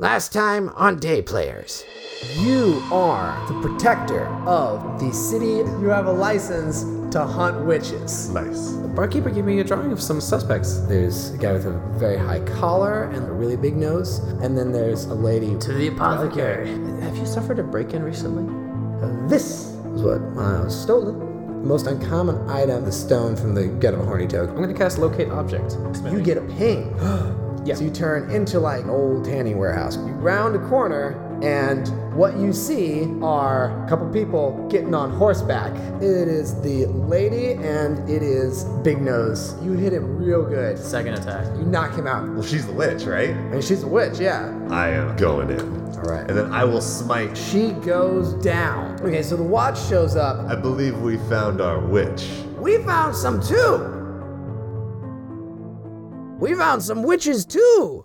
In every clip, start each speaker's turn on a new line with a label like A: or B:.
A: Last time on Day Players.
B: You are the protector of the city. You have a license to hunt witches.
C: Nice.
B: The barkeeper gave me a drawing of some suspects. There's a guy with a very high collar and a really big nose, and then there's a lady.
A: To the apothecary.
B: Have you suffered a break in recently? Uh, this is what uh, was stolen. The most uncommon item, the stone from the gut of a horny toad.
D: I'm gonna cast locate object.
B: You get a ping.
D: Yeah.
B: So you turn into like an old tanning warehouse. You round a corner, and what you see are a couple people getting on horseback. It is the lady, and it is Big Nose. You hit him real good.
D: Second attack.
B: You knock him out.
C: Well, she's the witch, right?
B: And she's a witch, yeah.
C: I am going in.
B: All right.
C: And then I will smite.
B: She goes down. Okay, so the watch shows up.
C: I believe we found our witch.
A: We found some too. We found some witches too.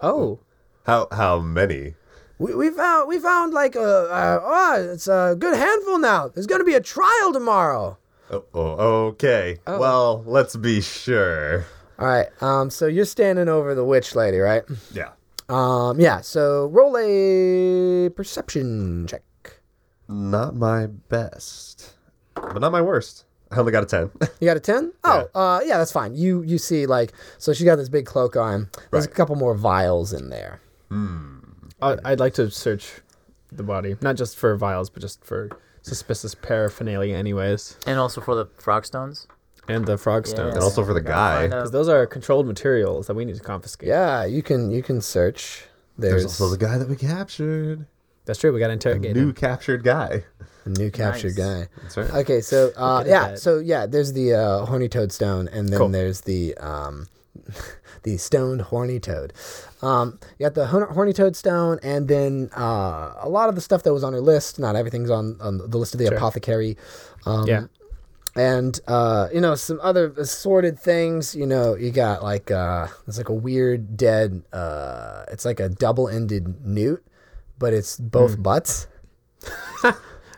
D: Oh.
C: How how many?
A: We, we found we found like a, a oh, it's a good handful now. There's gonna be a trial tomorrow.
C: Oh, oh okay. Well, let's be sure.
B: All right. Um. So you're standing over the witch lady, right?
C: Yeah.
B: Um. Yeah. So roll a perception check.
C: Not my best, but not my worst. I only got a 10.
B: You got a ten? Oh, uh, yeah, that's fine. You you see like so she got this big cloak on. There's a
C: Right.
B: couple more vials in there.
D: I- I'd like to search the body, not just for vials, but just for suspicious paraphernalia, anyways,
E: And also for the frog stones. Uh,
D: and the frog stones.
C: and also for the guy,
E: Find out.
D: 'Cause those are controlled materials that we need to confiscate.
B: Yeah, you can you can search. There's,
C: there's also the guy that we captured.
D: That's true. We got to interrogate
C: New
D: him.
C: captured guy.
B: a new captured
E: Nice.
B: guy.
C: That's right.
B: Okay, so uh,
D: Look at
B: yeah,
D: that.
B: so yeah, there's the uh, horny toad stone, and then
D: Cool.
B: there's the um, the stoned horny toad. Um, you got the hon- horny toad stone, and then uh, a lot of the stuff that was on her list. Not everything's on, on the list of the apothecary. Um,
D: Yeah.
B: and uh, you know some other assorted things. You know, you got like uh, it's like a weird dead. Uh, it's like a double-ended newt, but it's
C: Hmm.
B: both butts.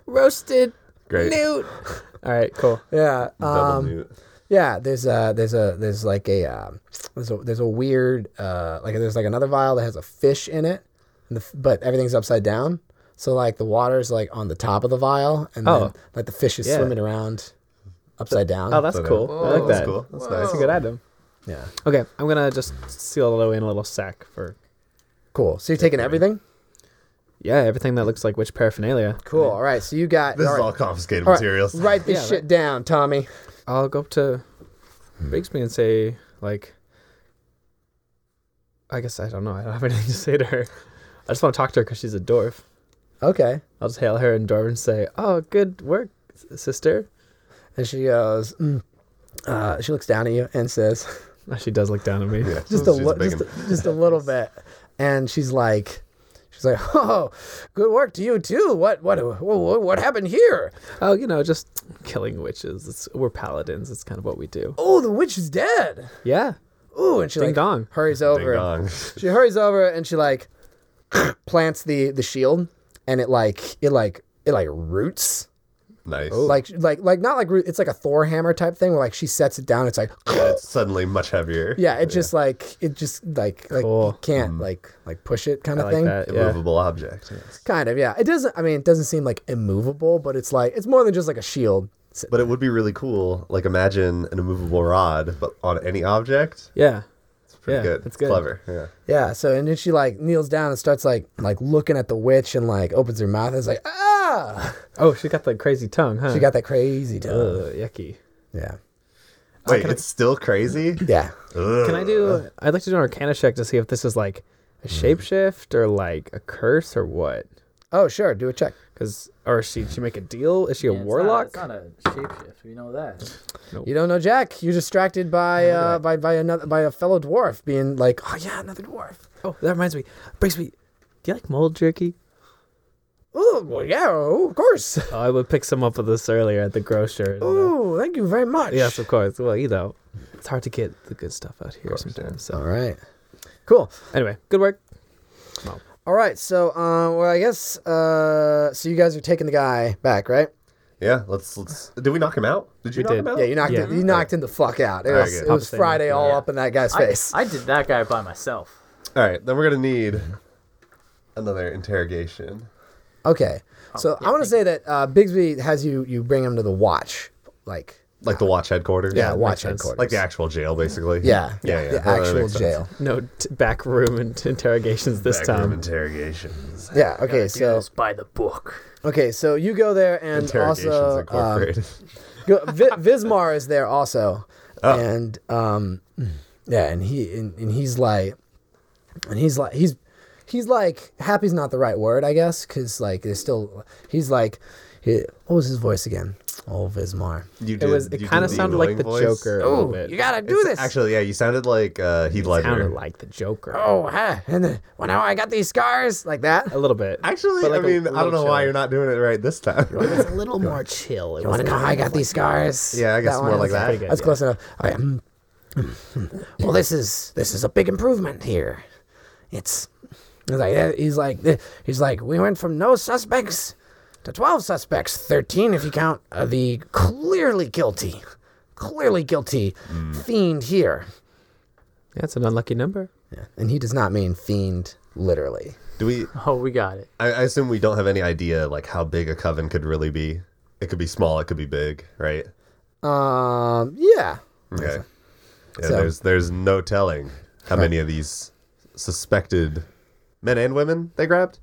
D: Roasted.
C: Great.
D: All right. Cool.
B: Yeah,
C: Double
B: um,
C: new.
B: yeah. There's a there's a there's like a um there's a there's a weird uh, like there's like another vial that has a fish in it, and the, f- but everything's upside down. So like the water's like on the top of the vial, and
D: Oh.
B: then like the fish is
D: Yeah.
B: swimming around upside down.
D: Oh, that's
C: Okay.
D: cool. I like that.
C: That's cool. That's
D: That's a
C: nice.
D: good item.
B: yeah,
D: Okay, I'm gonna just seal it away in a little sack for
B: cool. So you're taking everything.
D: yeah everything that looks like witch paraphernalia.
B: Cool. All right. So you got
C: This
B: all
C: is
B: right.
C: all confiscated
B: All right,
C: materials.
B: Write this
D: Yeah,
B: shit down, Tommy.
D: I'll go up to
B: Hmm.
D: Bigsby and say, like, I guess I don't know. I don't have anything to say to her. I just want to talk to her because she's a dwarf.
B: Okay.
D: I'll just hail her in dwarf and say, "Oh, good work, s- sister."
B: And she goes, mm. uh, she looks down at you and says,
D: Oh, she does look down at me.
C: Yeah,
B: just a,
C: she's
B: li-
C: big
B: just,
C: one.
B: a- just a little bit. And she's like, she's like, oh, good work to you too. What, what, what, what happened here?
D: Oh, you know, just killing witches. It's, we're paladins. It's kind of what we do.
B: Oh, the witch is dead.
D: Yeah.
B: Ooh, and she
D: Ding
B: like
D: dong.
B: hurries over.
C: Ding dong.
B: She hurries over and she like plants the the shield, and it like it like it like roots.
C: nice.
B: Like, like, like, not like root- it's like a Thor hammer type thing where like she sets it down. It's like,
C: Yeah, it's suddenly much heavier.
B: Yeah, it just like it just like like
D: Cool.
B: you can't
C: Mm.
B: like like push it kind
D: I
B: of
D: like
B: thing.
D: that. Yeah.
C: Immovable object. yes.
B: Kind of, yeah. It doesn't. I mean, it doesn't seem like immovable, but it's like it's more than just like a shield. It's-
C: But it would be really cool. Like imagine an immovable rod, but on any object.
D: Yeah.
C: It's pretty
D: Yeah,
C: good.
D: that's good.
C: Clever. Yeah.
B: yeah. So and then she like kneels down and starts like like looking at the witch and like opens her mouth and is like ah.
D: Oh, she got the crazy tongue, huh?
B: She got that crazy tongue.
D: Ugh, yucky.
B: Yeah.
C: Wait, it's still crazy.
B: Yeah.
D: Can I do? I'd like to do an Arcana check to see if this is like
B: Hmm.
D: a shapeshift or like a curse or what.
B: Oh sure, do a check.
D: Cause or is she she make a deal? Is she a
E: Yeah, it's
D: warlock?
E: Not, it's not a shapeshift. We know that.
B: You don't know Jack. You're distracted by uh by by another by a fellow dwarf being like oh yeah another dwarf.
D: oh, that reminds me. Brixby, do you like mold jerky?
B: Oh well, yeah, oh, of course.
D: Oh, I would pick some up of this earlier at the grocer. and, uh,
B: Oh, thank you very much.
D: yes, of course. Well, you know, it's hard to get the good stuff out here sometimes. So
B: All right. Cool.
D: anyway, good work.
B: All right, so uh, well, I guess uh, so. You guys are taking the guy back, right?
C: Yeah. Let's. Let's. Did we knock him out? Did you
D: We
C: knock
D: did.
C: him out?
B: Yeah, you knocked
D: Yeah.
B: him. You knocked him the fuck out. It
C: Very
B: was
C: good.
B: it was
D: Papa Stan,
B: Friday all
E: yeah.
B: up in that guy's
E: I,
B: face.
E: I did that guy by myself.
C: All right, then we're gonna need another interrogation.
B: Okay.
E: Oh,
B: So I want to say that uh, Bigsby has you you bring him to the watch, like
C: Like the watch headquarters.
B: yeah, watch
D: sense.
B: headquarters,
C: Like the actual jail, basically.
B: yeah,
C: Yeah. yeah.
B: the
C: That
B: actual
C: makes sense.
B: jail.
D: No t- back room and interrogations this
C: Backroom
D: time.
C: interrogations.
B: Yeah. Okay.
E: Do
B: So
E: this by the book.
B: okay. So you go there and
C: Interrogations
B: also um,
C: incorporated.
B: Go, Vi- Vismar is there also,
C: Oh.
B: and um, yeah, and he and, and he's like, and he's like, he's he's like, happy's not the right word, I guess, because like there's still, he's like, he, what was his voice again? Oh, Vismar.
C: you
D: It
C: did,
D: was. It
C: you
D: kind of
C: did
D: sounded like
C: willing
D: the
C: voice.
D: Joker a little
A: Oh,
D: bit.
A: you gotta do
C: It's-
A: this.
C: Actually, yeah, you sounded like uh, Heath
D: sounded
C: Ledger.
D: like the Joker.
A: oh, huh. And then, well, now I got these scars like that.
D: A
C: Oh,
D: little bit.
C: Actually,
D: But like
C: I
D: a
C: mean, I
D: little
C: don't know why
D: chill.
C: you're not doing it right this time.
D: It was a little more chill.
A: Want
D: It
A: to
D: wasn't
A: know how I got these scars?
C: yeah, I guess
B: That
C: more
B: one
C: like
B: is
C: that.
D: pretty good.
B: That's
D: Yeah.
B: close enough.
A: I am. Mm-hmm. Well, this is this is a big improvement here. It's he's like eh, he's like eh, he's like we went from no suspects to twelve suspects, thirteen if you count uh, the clearly guilty, clearly guilty
C: Mm.
A: fiend here.
D: That's an unlucky number.
B: And he does not mean fiend literally.
C: Do we?
E: Oh, we got it.
C: I, I assume we don't have any idea like how big a coven could really be. It could be small. It could be big. Right.
B: Um, yeah.
C: Okay. Yeah,
B: So-
C: there's there's no telling how many of these suspected men and women they grabbed.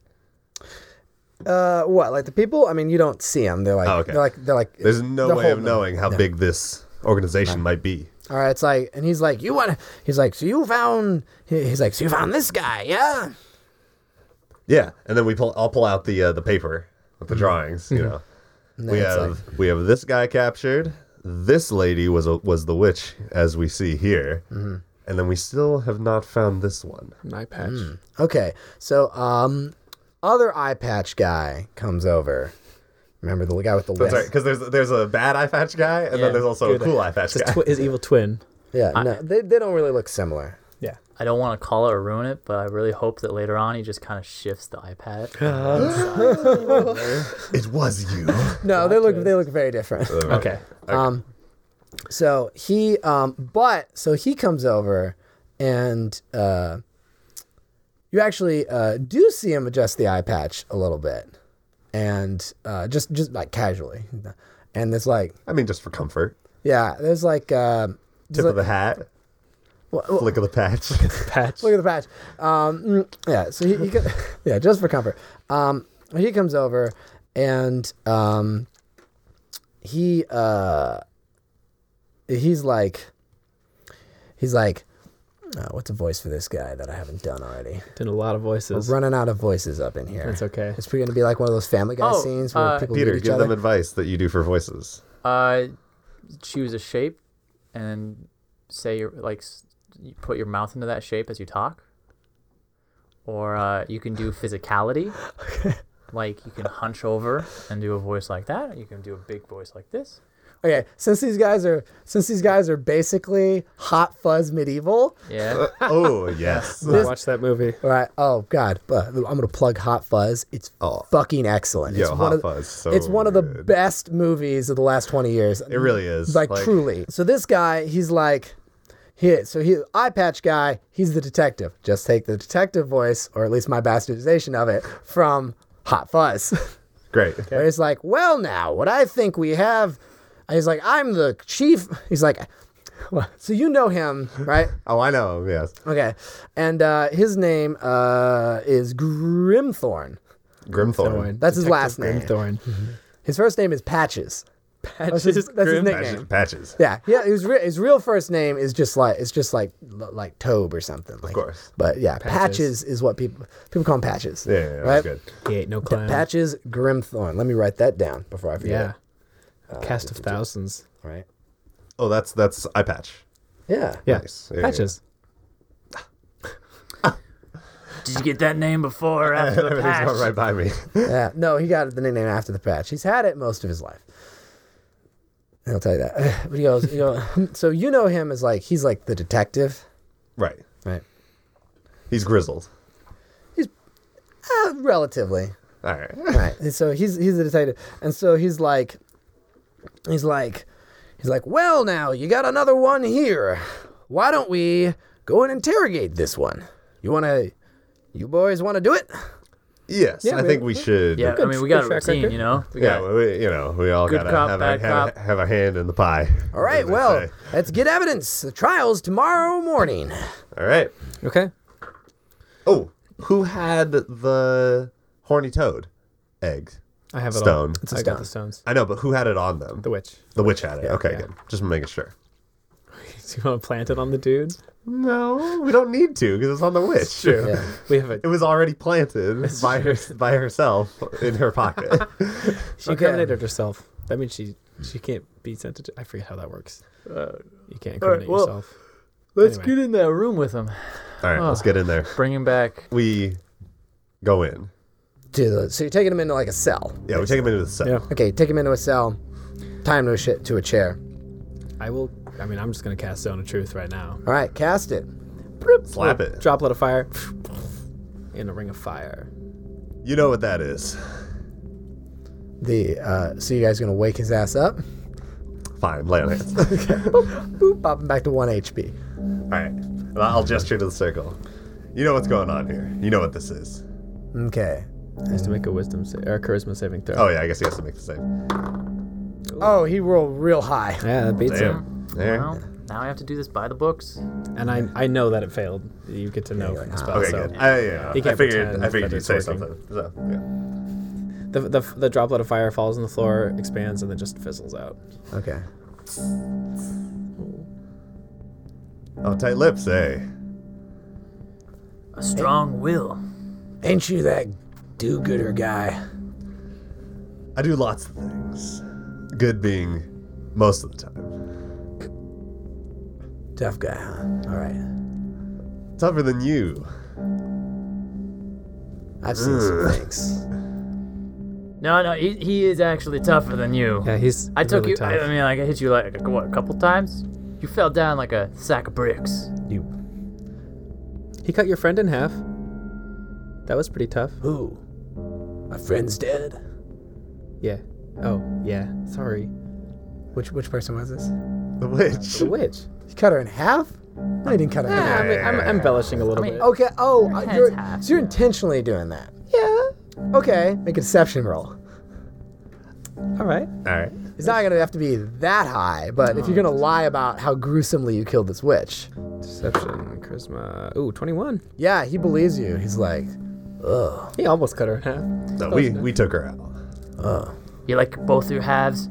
B: Uh, what like the people? I mean, you don't see them. They're like,
C: Oh, okay.
B: they're like, they're like.
C: There's no
B: they're
C: way of
B: holding them.
C: knowing how big this organization might be.
B: All right, it's like, and he's like, you want? He's like, so you found? he- He's like, so you found this guy? Yeah.
C: Yeah, and then we pull. I'll pull out the uh, the paper with
B: Mm-hmm.
C: the drawings. You know, we
B: it's
C: have we have this guy captured. This lady was a, was the witch, as we see here,
B: Mm-hmm.
C: and then we still have not found this one.
D: An eye patch.
C: Hmm.
B: Okay, so um, other eye patch guy comes over. Remember the guy with the
C: That's
B: list?
C: right, because there's there's a bad eye patch guy, and
D: Yeah,
C: then there's also a
D: good.
C: cool eye patch
D: It's his,
C: guy.
D: twi- his evil twin.
B: Yeah, no, they, they don't really look similar.
D: Yeah.
E: I don't want to call it or ruin it, but I really hope that later on he just kind of shifts the iPad.
C: it was you.
B: No, they look they look very different.
C: Oh.
D: Okay.
B: Um, So he, um, but so he comes over, and uh, you actually uh, do see him adjust the eye patch a little bit, and uh, just just like casually, and it's like
C: I mean, just for comfort.
B: yeah, there's like uh,
C: Tip of the hat,
B: Wha- wha-
C: flick of the patch.
D: Patch.
B: Look at the patch. Um, mm, yeah, so he, he co- yeah, just for comfort. Um, he comes over and um, he uh, he's like he's like uh, what's a voice for this guy that I haven't done already?
D: Did a lot of
B: We're
D: voices.
B: running out of voices up in here.
D: That's okay.
B: It's going to be like one of those Family Guy
E: Oh,
B: scenes where
E: uh,
B: people
C: Peter,
B: meet each
C: give
B: other.
C: them advice that you do for voices.
E: Uh, choose a shape and say your like s- you put your mouth into that shape as you talk. Or uh, you can do physicality. Like you can hunch over and do a voice like that. or You can do a big voice like this.
B: okay, since these guys are since these guys are basically hot fuzz medieval,
E: Yeah.
C: Oh yes.
D: Watch that movie.
B: All Right. Oh God. But I'm gonna plug Hot Fuzz. It's fucking excellent.
C: Oh. Yo,
B: it's
C: Hot
B: one of,
C: Fuzz, so
B: it's one of the
C: good.
B: best movies of the last 20 years.
C: It really is.
B: Like, truly. So this guy, he's like, he so he eye patch guy. He's the detective. Just take the detective voice, or at least my bastardization of it, from Hot Fuzz.
C: Great.
B: Where he's like, well, now what I think we have. He's like, I'm the chief. He's like, so you know him, right?
C: Oh, I know. Yes.
B: Okay, and uh, his name uh, is Grimthorn.
C: Grimthorn.
B: That's his last name.
D: Grimthorn.
C: Mhm.
B: His first name is Patches. That's his, that's his nickname.
C: Patches. patches.
B: Yeah, yeah. His, re- his real first name is just like it's just like like Tobe or something. Of
C: course.
B: But yeah, Patches, is what people people call him Patches.
C: Yeah, yeah, yeah,
B: right.
C: that's good.
D: He ain't no clown.
B: Patches Grimthorn. Let me write that down before I forget.
D: Yeah. Uh, Cast of thousands.
B: it. Right.
C: Oh, that's that's eye patch.
B: Yeah.
D: Yeah.
C: Nice. Yeah, yeah,
D: Patches.
E: Did you get that name before or after the
C: Everything's
E: patch?
C: going right by me.
B: Yeah. No, he got the nickname after the patch. He's had it most of his life. He'll tell you that. But he goes, you know, so you know him as like he's like the detective,
C: right.
B: right?
C: He's grizzled.
B: Uh, relatively.
C: All right.
B: right. And so he's he's a detective, and so he's like, he's like, he's like, well, now you got another one here. Why don't we go and interrogate this one?
A: You want to, you boys want to do it?
C: Yes,
D: Yeah,
C: I
D: we-
C: think we should.
E: Yeah, I
D: good-
E: mean, we
D: good
E: got a
D: track
E: routine,
D: record.
E: you know. We
C: Yeah,
E: got,
C: well, we, you know, we all
E: Good
C: gotta
E: cop,
C: have,
E: bad
C: a, have,
E: cop.
C: a- have a hand in the pie.
A: All right,
C: as they
A: well,
C: say.
A: let's get evidence. The trial's tomorrow morning.
C: all right.
D: Okay.
C: Oh, who had the horny toad egg
D: I have it all.
C: stone?
D: I got the stones.
C: I know, but who had it on them?
D: The witch.
C: The witch had it. okay,
D: yeah.
C: good. Just making sure.
D: Do you want to plant it on the dude?
C: No, we don't need to because it's on the witch. True.
D: We have a
C: It was already planted by her by herself in her pocket.
D: She incriminated herself. That means she she can't be sent to. I forget how that works. you can't
E: Uh, all right,
D: incriminate
E: well-
D: yourself.
E: Let's
D: Anyway.
E: get in that room with him.
C: All right, let's get in there.
E: Bring him back.
C: We go in.
B: To the, so you're taking him into like a cell.
C: Yeah, we take him into the cell.
D: Yeah.
B: Okay, take him into a cell. Tie him to a shit to a chair.
D: I will. I mean, I'm just gonna cast Zone of Truth right now.
B: All right, cast it.
C: Slap it.
D: Droplet of fire, in a ring of fire.
C: You know what that is.
B: The uh, so you guys gonna wake his ass up?
C: Fine, lay on hands.
B: Boop, pop him back to one HP.
C: All right, And I'll gesture to the circle. You know what's going on here. You know what this is.
B: Okay.
D: Has to make a wisdom sa- or a charisma saving throw.
C: Oh yeah, I guess he has to make the save.
B: Oh, he rolled real high.
D: Yeah, that beats it.
C: Damn. There.
E: Well, now I have to do this by the books.
D: And I I know that it failed. You get to know from the spell.
C: Okay,
D: so
C: good. I, yeah,
D: He
C: I
D: can't
C: figured.
D: pretend
C: I figured
D: that
C: you'd
D: it's
C: say
D: working.
C: something. So, yeah.
D: The, the the droplet of fire falls on the floor, expands, and then just fizzles out.
B: Okay.
C: Oh, tight lips, eh?
E: A strong will.
A: Ain't you that do-gooder guy?
C: I do lots of things. Good being most of the time.
A: Tough guy, huh? All right.
C: Tougher than you.
A: I've seen some
B: Mm.
A: things.
E: No, no, he, he is actually tougher than you.
D: Yeah, he's.
E: I took
D: really
E: you.
D: Tough.
E: I, I mean, like I hit you like a, what, a couple times. You fell down like a sack of bricks.
A: You
D: he cut your friend in half. That was pretty tough.
A: who? My friend's dead.
D: Yeah. Oh, yeah. Sorry.
B: Which which person was this?
C: The witch.
D: The witch.
B: You cut her in half? No, you didn't cut her in half.
D: I mean, I'm, I'm embellishing a little
E: I mean-
D: bit. Oh,
B: Okay. Oh, uh,
E: hands
B: you're,
E: half,
B: so you're intentionally doing that. Yeah. Okay. Make a deception roll.
D: all right.
C: All right.
B: It's not gonna have to be that high, but if you're gonna lie about how gruesomely you killed this witch,
D: Deception, charisma. Ooh, 21.
B: yeah, he believes you. He's like,
D: He almost cut her in half.
C: So we we took her out.
E: You like both your halves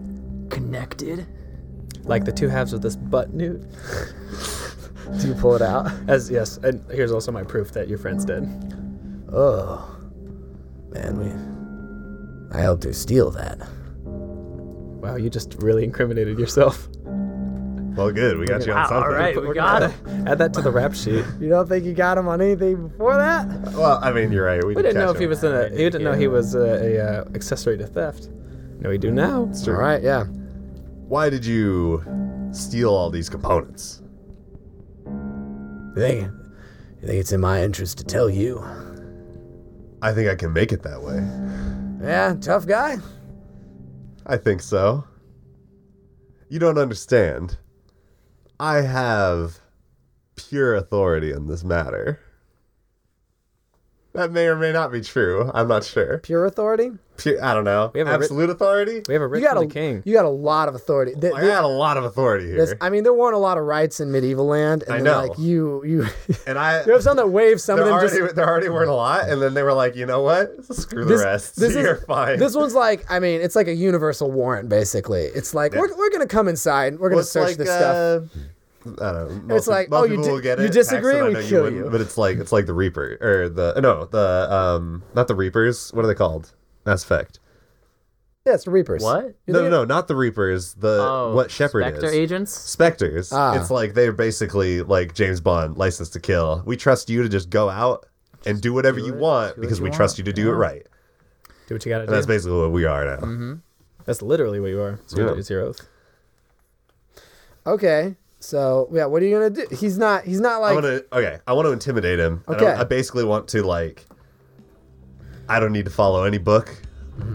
E: connected.
D: Like the two halves of this butt newt.
B: do you pull it out?
D: As yes, and here's also my proof that your friend's dead.
A: Oh, man, we. I helped her steal that.
D: Wow, you just really incriminated yourself.
C: Well, good. We got you on
E: Wow,
C: something.
E: all right, we got it.
D: Add that to the rap sheet.
B: You don't think you got him on anything before that?
C: Well, I mean, you're right. We,
D: We
C: did
D: didn't know
C: catch
D: if he
C: him.
D: was in a. We didn't know he was a, a uh, accessory to theft. No, we do now.
B: All right. Yeah.
C: Why did you steal all these components?
A: You think, you think it's in my interest to tell you?
C: I think I can make it that way.
A: Yeah, tough guy.
C: I think so. You don't understand. I have pure authority in this matter. That may or may not be true. I'm not sure.
B: Pure authority.
C: Pure, I don't know.
D: have a writ-
C: Absolute authority?
D: We have a
B: You
D: rich
B: got
D: from
B: a
D: the king.
B: You got a lot of authority. Th-
C: I
B: th-
C: got a lot of authority
B: this-
C: here.
B: I mean, there weren't a lot of rights in medieval land, and
C: I
B: then,
C: know.
B: like you, you,
C: And I.
B: there was some that waved some
C: There
B: of them
C: already,
B: just.
C: there already weren't a lot, and then they were like, you know what? Screw
B: This-
C: the rest.
B: this is-
C: You're fine.
B: This one's like, I mean, it's like a universal warrant, basically. It's like we're, we're gonna come inside, we're gonna
C: Well, it's
B: search
C: like,
B: this stuff.
C: Uh, I don't know. Most,
B: like,
C: most
B: oh, you
C: people
B: di-
C: will get it.
B: you disagree,
C: Paxton, I
B: we
C: know you
B: kill
C: wouldn't,
B: you.
C: But it's like it's like the Reaper or the uh, no the um not the Reapers. What are they called? Mass Effect.
B: Yeah, it's the Reapers.
E: What?
B: You
C: No,
B: think
C: no, no, not the Reapers. The
E: Oh,
C: what Shepard
E: Spectre
C: is.
E: agents.
C: Specters.
B: Ah.
C: It's like they're basically like James Bond, License to Kill. We trust you to just go out and do whatever
E: do
C: you
E: it,
C: want
E: do what
C: because
E: you
C: we trust
E: want,
C: you to do
E: yeah.
C: it right.
D: Do what you gotta
C: And that's
D: do.
C: basically what we are now.
D: That's literally what you are. It's your,
C: Yeah.
D: it's your oath.
B: Okay. So yeah, what are you gonna do? He's not. He's not
C: I
B: like.
C: want to. Okay, I want to intimidate him. and I-
B: Okay.
C: I, basically want to like. I don't need to follow any book.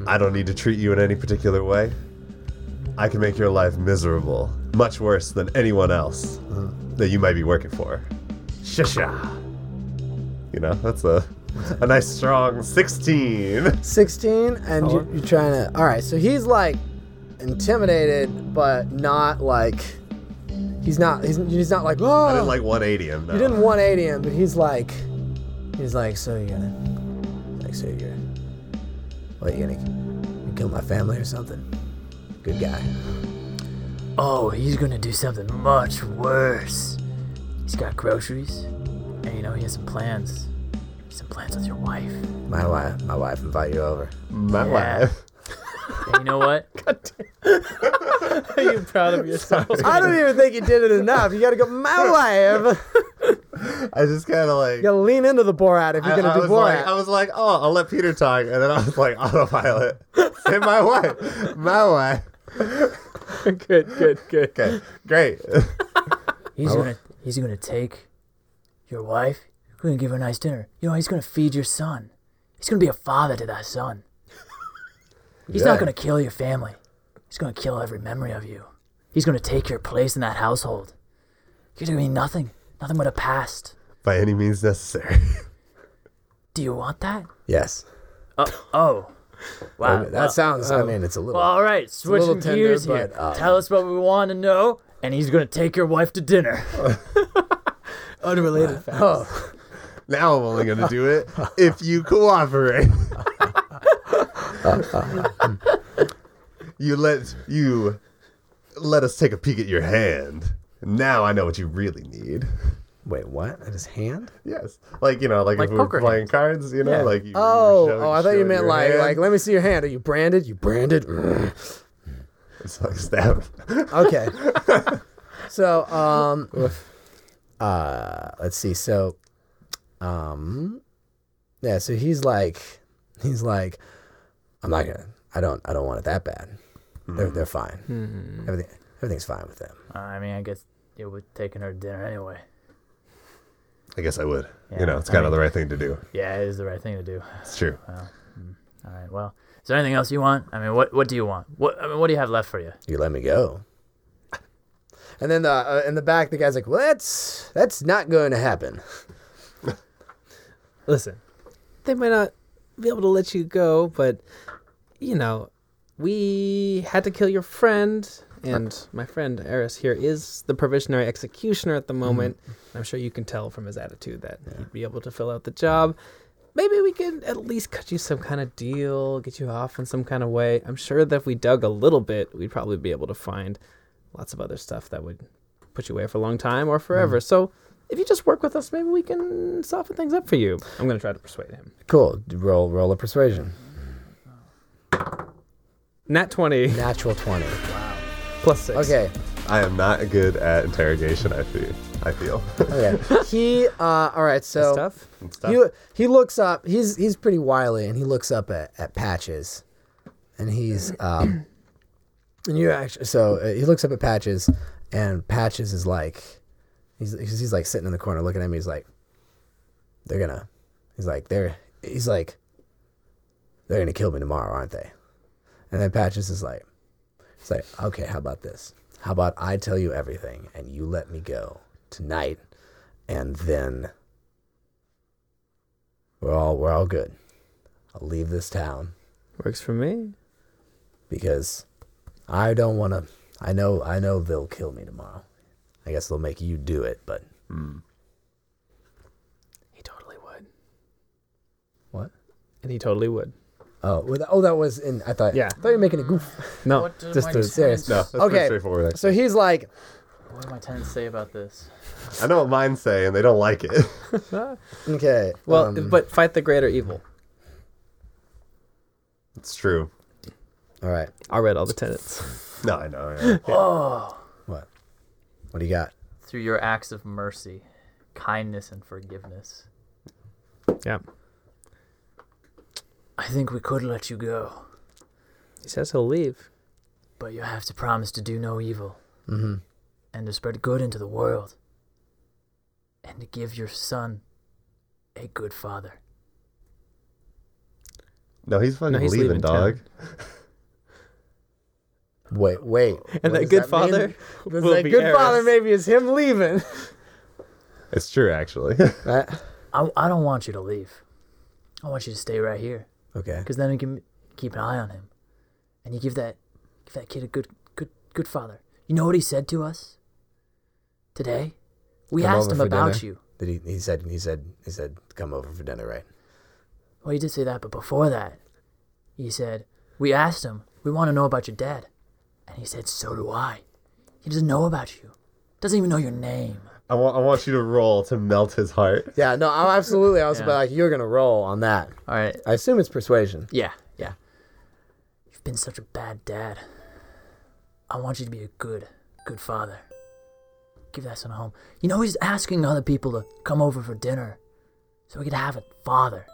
C: I don't need to treat you in any particular way. I can make your life miserable, much worse
B: Uh-huh.
C: than anyone else that you might be working for. Shasha. You know, that's a a nice strong sixteen.
B: 16 and you, you're trying to all right so he's like intimidated but not like he's not he's, he's not like oh
C: I didn't like 180 him. No.
B: you didn't 180 him but he's like he's like so you're gonna like so you're what you gonna kill my family or something good guy
E: Oh, he's gonna do something much worse. He's got groceries, and you know he has some plans. Some plans with your wife.
B: my wife my wife invite you over
C: My
E: Yeah.
C: wife.
E: And you know what?
D: Are you proud of yourself?
B: i don't even think you did it enough you gotta go my wife
C: I just kind of like.
B: you gotta lean into the borat if
C: I,
B: you're gonna
C: I
B: do
C: was
B: borat
C: like, I was like, oh, I'll let Peter talk, and then I was like, autopilot. Say my wife, my wife.
D: good, good, good.
C: Okay, great.
E: He's gonna he's gonna take your wife. You're gonna give her a nice dinner. You know he's gonna feed your son. He's gonna be a father to that son. He's
C: Yeah.
E: not gonna kill your family. He's gonna kill every memory of you. He's gonna take your place in that household. You're gonna be nothing, nothing but a past.
C: By any means necessary.
E: Do you want that?
B: yes
E: Oh, wow.
B: that sounds i mean it's a little
E: Uh, Well, all right,
B: little
E: switching
B: tender,
E: gears here.
B: but, um,
E: Tell us what we want to know, and he's gonna take your wife to dinner.
D: Unrelated fact.
C: now I'm only gonna do it if you cooperate. you let you let us take a peek at your hand. Now I know what you really need.
B: wait what at his hand
C: Yes, like you know, like,
E: Like
C: if we were
E: poker
C: playing
E: hands.
C: cards, you know,
E: Yeah.
C: like you,
B: Oh,
C: you show-
B: oh! I thought
C: show
B: you meant
C: your
B: like,
C: hand.
B: like, let me see your hand. Are you branded? You branded?
C: it's like stab.
B: okay. so, um, uh, let's see. So, um, yeah. So he's like, he's like, I'm not gonna. I don't. I don't want it that bad.
C: Hmm.
B: They're they're fine. Everything everything's fine with them.
E: I mean, I guess it was taking her to dinner anyway.
C: I guess I would.
E: Yeah,
C: you know, it's
E: I
C: kind of
E: mean-
C: the right thing to do.
E: Yeah, it is the right thing to do. mm,
C: It's true.
E: All right. Well, is there anything else you want? I mean, what what do you want? What I mean, what do you have left for you?
B: You let me go. And then the uh, in the back, the guy's like, well, that's that's not going to happen.
D: Listen, they might not be able to let you go, but you know, we had to kill your friend, and my friend Eris here is the provisionary executioner at the moment. I'm sure you can tell from his attitude that he'd be able to fill out the job. Maybe we could at least cut you some kind of deal, get you off in some kind of way. I'm sure that if we dug a little bit, we'd probably be able to find lots of other stuff that would put you away for a long time or forever. So if you just work with us, maybe we can soften things up for you. I'm gonna try to persuade him.
B: Cool. Roll roll a persuasion.
D: Nat twenty
B: Natural twenty.
D: plus six.
B: Okay.
C: I am not good at interrogation. I feel. I feel.
B: Okay. he uh all right, so
D: That's tough.
C: It's tough.
B: he he looks up. He's he's pretty wily and he looks up at, at Patches. And he's um and you actually so uh, he looks up at Patches and Patches is like he's he's he's, like sitting in the corner looking at me. He's like they're going to he's like they're he's like they're going to kill me tomorrow, aren't they? And then Patches is like it's like, okay, how about this? How about I tell you everything and you let me go tonight, and then we're all we're all good. I'll leave this town
D: Works for me.
B: because I don't want to. I know I know they'll kill me tomorrow. I guess they'll make you do it, but
C: Hmm.
D: He totally would.
B: what?
D: And he totally would.
B: Oh, well, that- oh, that was in. I thought.
D: Yeah.
B: I thought you were making a goof.
D: No,
E: What do
D: just
E: my
D: the-
B: Serious.
C: no, that's
B: Okay.
C: pretty straightforward. actually.
B: So he's like,
E: What do my tenants say about this?
C: I know what mine say, and they don't like it.
B: okay,
D: Uh, well,
B: um,
D: but fight the greater evil.
C: it's true.
B: all right,
D: I read all the tenets.
C: No, I know. yeah.
E: Oh.
B: what? What do you got?
E: Through your acts of mercy, kindness, and forgiveness,
D: yeah.
E: I think we could let you go,
D: He says he'll leave.
E: but you have to promise to do no evil, mm-hmm. and to spread good into the world, and to give your son a good father.
C: No, he's fucking
D: No, he's
C: leaving,
D: leaving
C: dog.
D: town.
B: Wait, wait. What
D: And
B: does
D: that good
B: mean?
D: father
B: Does
D: will
B: that
D: be
B: good
D: Eris.
B: father maybe is him leaving.
C: It's true, actually.
B: Right?
E: I, I don't want you to leave. I want you to stay right here
B: Okay.
E: because then we can keep an eye on him, and you give that give that kid a good good good father. You know what he said to us today? We
B: Come
E: asked
B: over
E: him
B: for
E: about
B: dinner.
E: you.
B: Did he, he said he said he said come over for dinner, right?
E: Well, he did say that, but before that, he said we asked him. We want to know about your dad, and he said, "So do I." He doesn't know about you. Doesn't even know your name.
C: I want I want you to roll to melt his heart.
B: Yeah. No. I, absolutely. I was
E: Yeah.
B: about like you're gonna roll on that.
E: All right.
B: I assume it's persuasion.
E: Yeah, yeah. You've been such a bad dad. I want you to be a good, good father. Give that son a home. You know, he's asking other people to come over for dinner so we could have a father.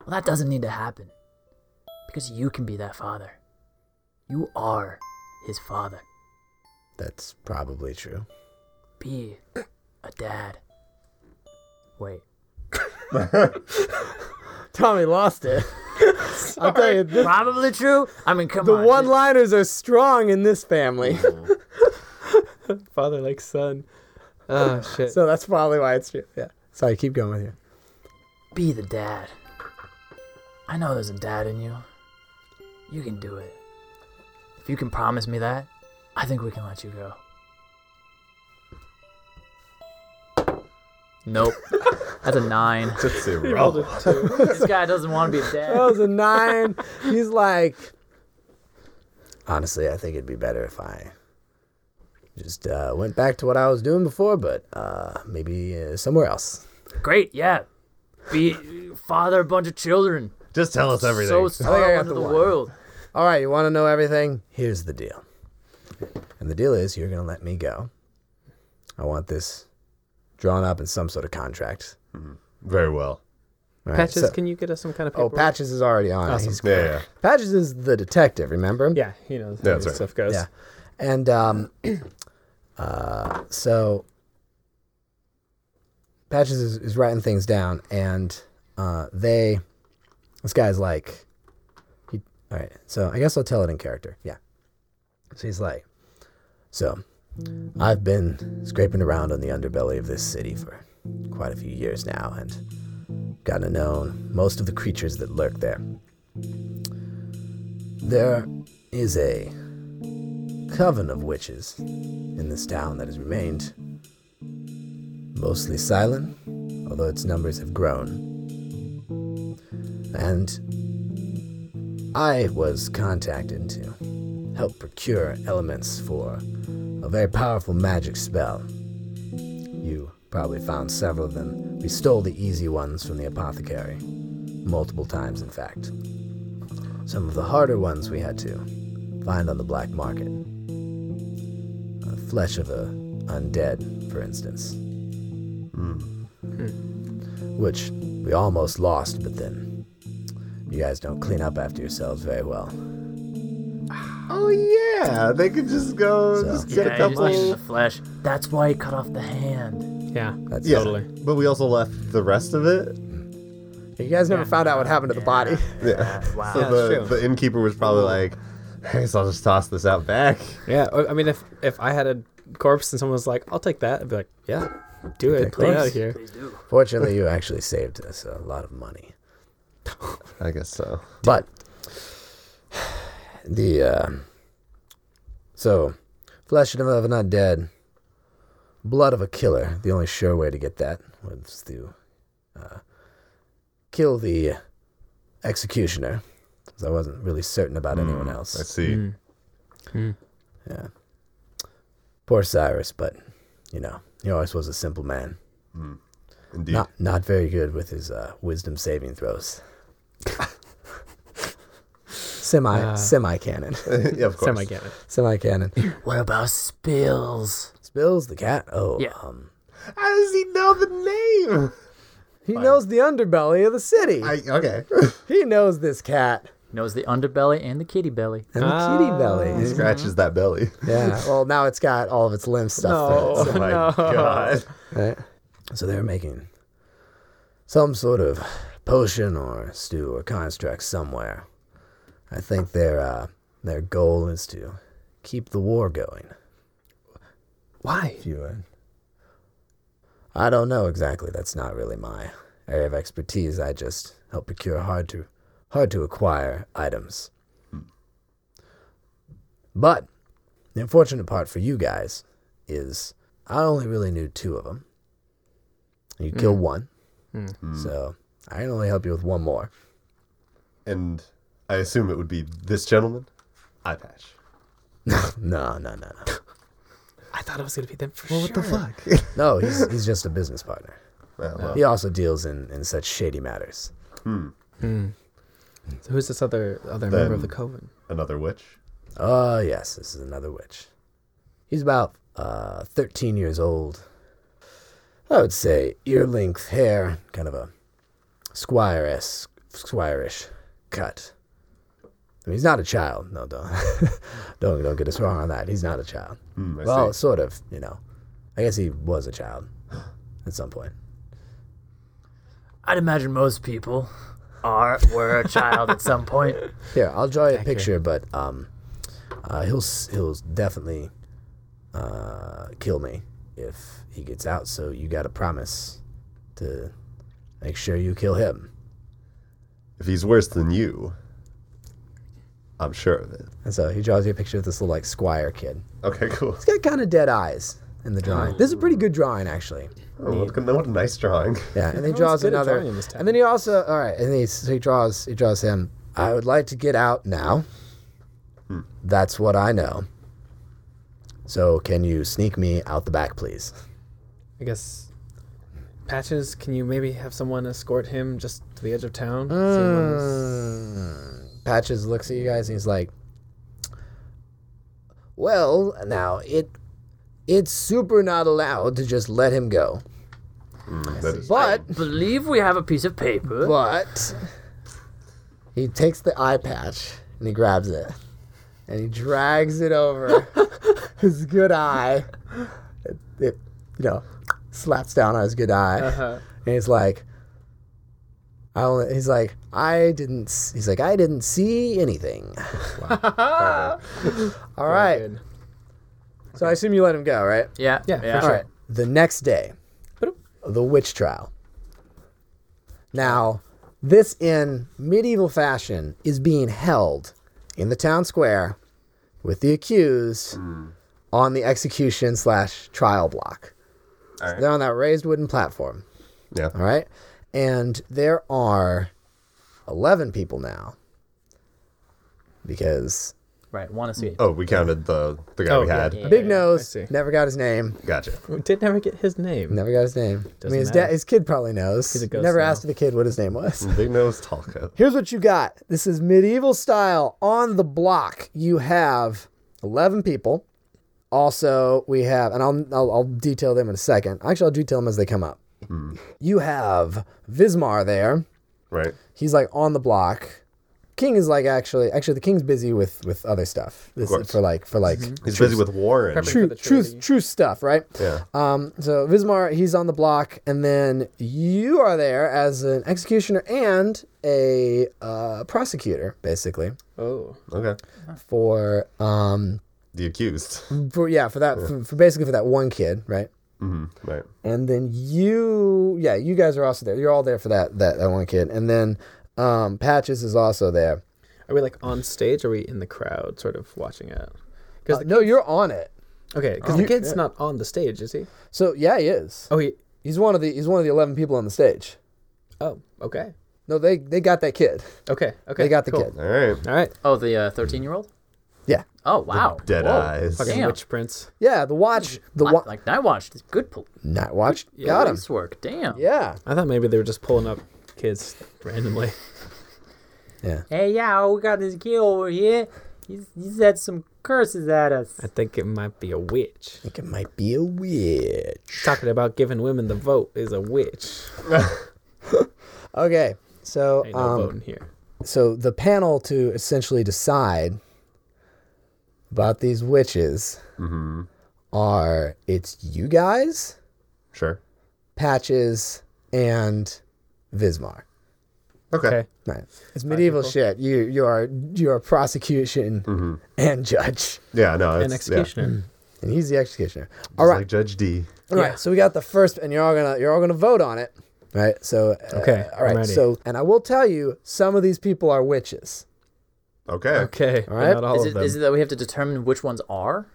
E: Well, that doesn't need to happen because you can be that father. You are his father.
B: That's probably true.
E: Be a dad. Wait.
B: Tommy lost it. I'll tell you, this,
E: Probably true? I mean, come
B: the
E: on. dude.
B: one-liners are strong in this family,
D: Father like son. Oh shit.
B: so that's probably why it's true. Yeah. Sorry. Keep going with you.
E: Be the dad. I know there's a dad in you. You can do it. If you can promise me that, I think we can let you go. Nope. That's a nine.
C: Just say roll.
E: this guy doesn't want to be a
B: That
E: dad.
B: was a nine. He's like, honestly, I think it'd be better if I just uh, went back to what I was doing before, but uh, maybe uh, somewhere else.
E: Great, yeah. Be father a bunch of children.
C: Just tell us everything. Oh,
E: So
B: I
E: sorrow
B: got
E: into
B: the
E: the
B: one.
E: world.
B: All right, you want to know everything? Here's the deal. And the deal is, you're going to let me go. I want this drawn up in some sort of contract.
C: Very well.
B: All right,
D: Patches,
B: so-
D: can you get us some kind of
B: oh,
D: paperwork?
B: Patches is already on. it.
D: Awesome.
B: He's-
C: Yeah, yeah.
B: Patches is the detective, remember?
D: Yeah, he knows how
C: Yeah,
D: this
C: that's right.
D: stuff goes.
B: Yeah. And um, uh, so Patches is, is writing things down, and uh, they, this guy's like, he, all right, so I guess I'll tell it in character. Yeah. So he's like, so I've been scraping around on the underbelly of this city for quite a few years now, and gotten to know most of the creatures that lurk there. There is a coven of witches in this town that has remained mostly silent, although its numbers have grown. And I was contacted to help procure elements for a very powerful magic spell. You probably found several of them. We stole the easy ones from the apothecary, multiple times, in fact. Some of the harder ones we had to find on the black market. Uh, flesh of a undead, for instance. Hmm. Which we almost lost, but then you guys don't clean up after yourselves very well.
C: Oh yeah, they could just go
B: So-
C: just get a
E: Yeah, he just
C: couple.
E: needs the flesh. That's why he cut off the hand.
D: Yeah.
B: That's
C: Yeah,
D: Totally.
C: but we also left the rest of it.
B: You guys never found out what happened to the body.
E: Yeah. Wow.
C: So the,
D: true.
C: the innkeeper was probably like, I guess I'll just toss this out back.
D: Yeah. I I mean, if if I had a corpse and someone was like, "I'll take that," I'd be like, "Yeah, do it. Get it out of here."
E: Please do.
B: Fortunately, you actually saved us a lot of money.
C: I guess so.
B: But the uh, so flesh of an undead, blood of a killer. The only sure way to get that was to uh, kill the executioner, 'cause I wasn't really certain about anyone
C: I
B: else.
D: Mm.
C: see.
B: Yeah. Poor Cyrus, but you know he always was a simple man.
C: Indeed.
B: Not not very good with his uh, wisdom saving throws. semi
D: Uh.
B: semi canon.
C: yeah, of course.
D: Semi get it.
B: Semi canon.
E: What about spills?
B: Spills the cat. Oh,
E: Yeah.
B: um,
C: How does he know the name?
B: he knows the underbelly of the city.
C: I, okay.
B: he knows this cat
E: knows the underbelly and the kitty belly.
B: and the kitty belly.
C: Scratches that belly.
B: Yeah. Well, now it's got all of its limb stuff. in it,
C: Oh my god.
B: right? So they're making some sort of potion or stew or construct somewhere. I think their uh, their goal is to keep the war going.
D: Why?
B: If you would. I don't know exactly. That's not really my area of expertise. I just help procure hard to hard to acquire items. But the unfortunate part for you guys is I only really knew two of them. You kill one, so I can only help you with one more.
C: And I assume it would be this gentleman, eye patch.
B: No, no, no, no.
D: I thought it was gonna be them for sure.
C: fuck?
B: No, he's he's just a business partner.
C: well, well,
B: He also deals in in such shady matters.
C: Hmm.
D: Mm. So who's this other other member of the coven?
C: Another witch.
B: Oh, yes, this is another witch. He's about uh, 13 years old. I would say ear length hair, kind of a squire squirish cut. I mean, he's not a child. No, don't don't don't get us wrong on that. He's not a child.
C: Hmm, I
B: well,
C: see.
B: sort of. You know, I guess he was a child at some point.
E: I'd imagine most people are were a child at some point.
B: Here, I'll draw you a picture, but um, uh, he'll s- he'll definitely uh, kill me if he gets out. So you got to promise to make sure you kill him.
C: If he's worse than you, I'm sure of it.
B: And so he draws you a picture of this little like squire kid.
C: Okay, cool.
B: He's got kind of dead eyes in the drawing. This is a pretty good drawing actually.
C: Oh, what, a- what a nice drawing.
B: Yeah, and then he
D: was
B: draws
D: good at
B: another.
D: drawing in this town.
B: And then he also all right, and he so he draws he draws him. I would like to get out now. That's what I know. So can you sneak me out the back, please?
D: I guess. Patches, can you maybe have someone escort him just to the edge of town?
B: Patches looks at you guys and he's like, "Well, now it it's super not allowed to just let him go,
C: Hmm, That is-
B: but
E: Believe we have a piece of paper.
B: but he takes the eye patch and he grabs it and he drags it over his good eye. It, it, you know slaps down on his good eye.
D: Uh,
B: And he's like, I only, he's like, I didn't, s- he's like, I didn't see anything. All right.
D: good.
B: So I assume you let him go, right?
E: yeah,
D: Yeah, for
B: All right. The next day,
D: Boop.
B: the witch trial. Now, this in medieval fashion is being held in the town square with the accused on the execution slash trial block.
C: All right.
B: They're on that raised wooden platform.
C: Yeah.
B: All right. And there are 11 people now because
E: Right, want to see it.
C: Oh, we counted the the guy
D: Oh,
C: we
D: yeah,
C: had.
E: yeah.
B: Big
D: I
B: Nose
D: see.
B: never got his name.
C: Gotcha.
D: we did never get his name.
B: Never got his name. I
D: Doesn't
B: mean, his,
D: matter.
B: dad, his kid probably knows.
D: He's a ghost
B: never
D: now.
B: asked the kid what his name was.
C: Big nose Talka.
B: Here's what you got. This is medieval style on the block. You have 11 people. Also, we have, and I'll, I'll, I'll detail them in a second. Actually, I'll detail them as they come up.
D: Hmm.
B: You have Vismar there.
C: Right.
B: he's like on the block. King is like actually actually the king's busy with with other stuff. This
C: course.
B: for like for like
D: Mm-hmm.
C: He's busy with Warren.
D: Perfect.
B: true
D: For the
B: truth
D: Trinity.
B: truth stuff, right?
C: Yeah.
B: Um so Vismar he's on the block and then you are there as an executioner and a uh, prosecutor basically
D: Oh,
C: Okay.
B: for um
C: The accused.
B: for yeah, for that for, for basically for that one kid, right?
C: Mm-hmm. Right.
B: And then you, yeah, you guys are also there. You're all there for that that, that one kid. And then um, Patches is also there. Uh,
D: are we like on stage? Or are we in the crowd, sort of watching it?
B: Uh, no, you're on it.
D: Okay, because the kid's not on the stage, is he?
B: So yeah, he is.
D: Oh, he.
B: He's one of the he's one of the eleven people on the stage.
D: Oh, okay,
B: No, they they got that kid.
D: okay, okay.
B: They got the
D: cool.
B: kid.
C: All right.
D: All right.
E: Oh, the thirteen-year-old.
B: Yeah,
E: oh wow.
C: Dead
E: Whoa.
C: eyes.
D: Fucking
E: Damn.
D: witch prince.
B: yeah. The watch, the
E: Li-
B: wa-
E: like night watch. It's good. Pol-
B: night watch got him.
E: police work. Damn.
B: Yeah,
D: I thought maybe they were just pulling up kids randomly.
B: yeah.
E: Hey, yeah, we got this kid over here. He's, he's had some curses at us.
D: I think it might be a witch.
B: I think it might be a witch.
D: Talking about giving women the vote is a witch.
B: Okay, so
D: Ain't no
B: um,
D: voting here.
B: so the panel to essentially decide about these witches Mm-hmm. are it's you guys,
C: Sure.
B: Patches, and Vismar.
C: Okay.
D: Okay.
B: Right. It's medieval shit. You you are you are prosecution and judge.
C: Yeah. No.
D: An
C: It's, yeah.
D: executioner.
B: and he's the executioner.
C: All
B: All
C: right,
B: right,
C: like Judge D.
B: all right. So we got the first, and you're all gonna you're all gonna vote on it, right? So uh,
D: Okay,
B: all right.
D: I'm ready.
B: So and I will tell you, some of these people are witches.
C: Okay.
D: Okay. All
B: right.
D: Not all
E: Is
D: of
E: it,
D: them.
E: is it that we have to determine which ones are?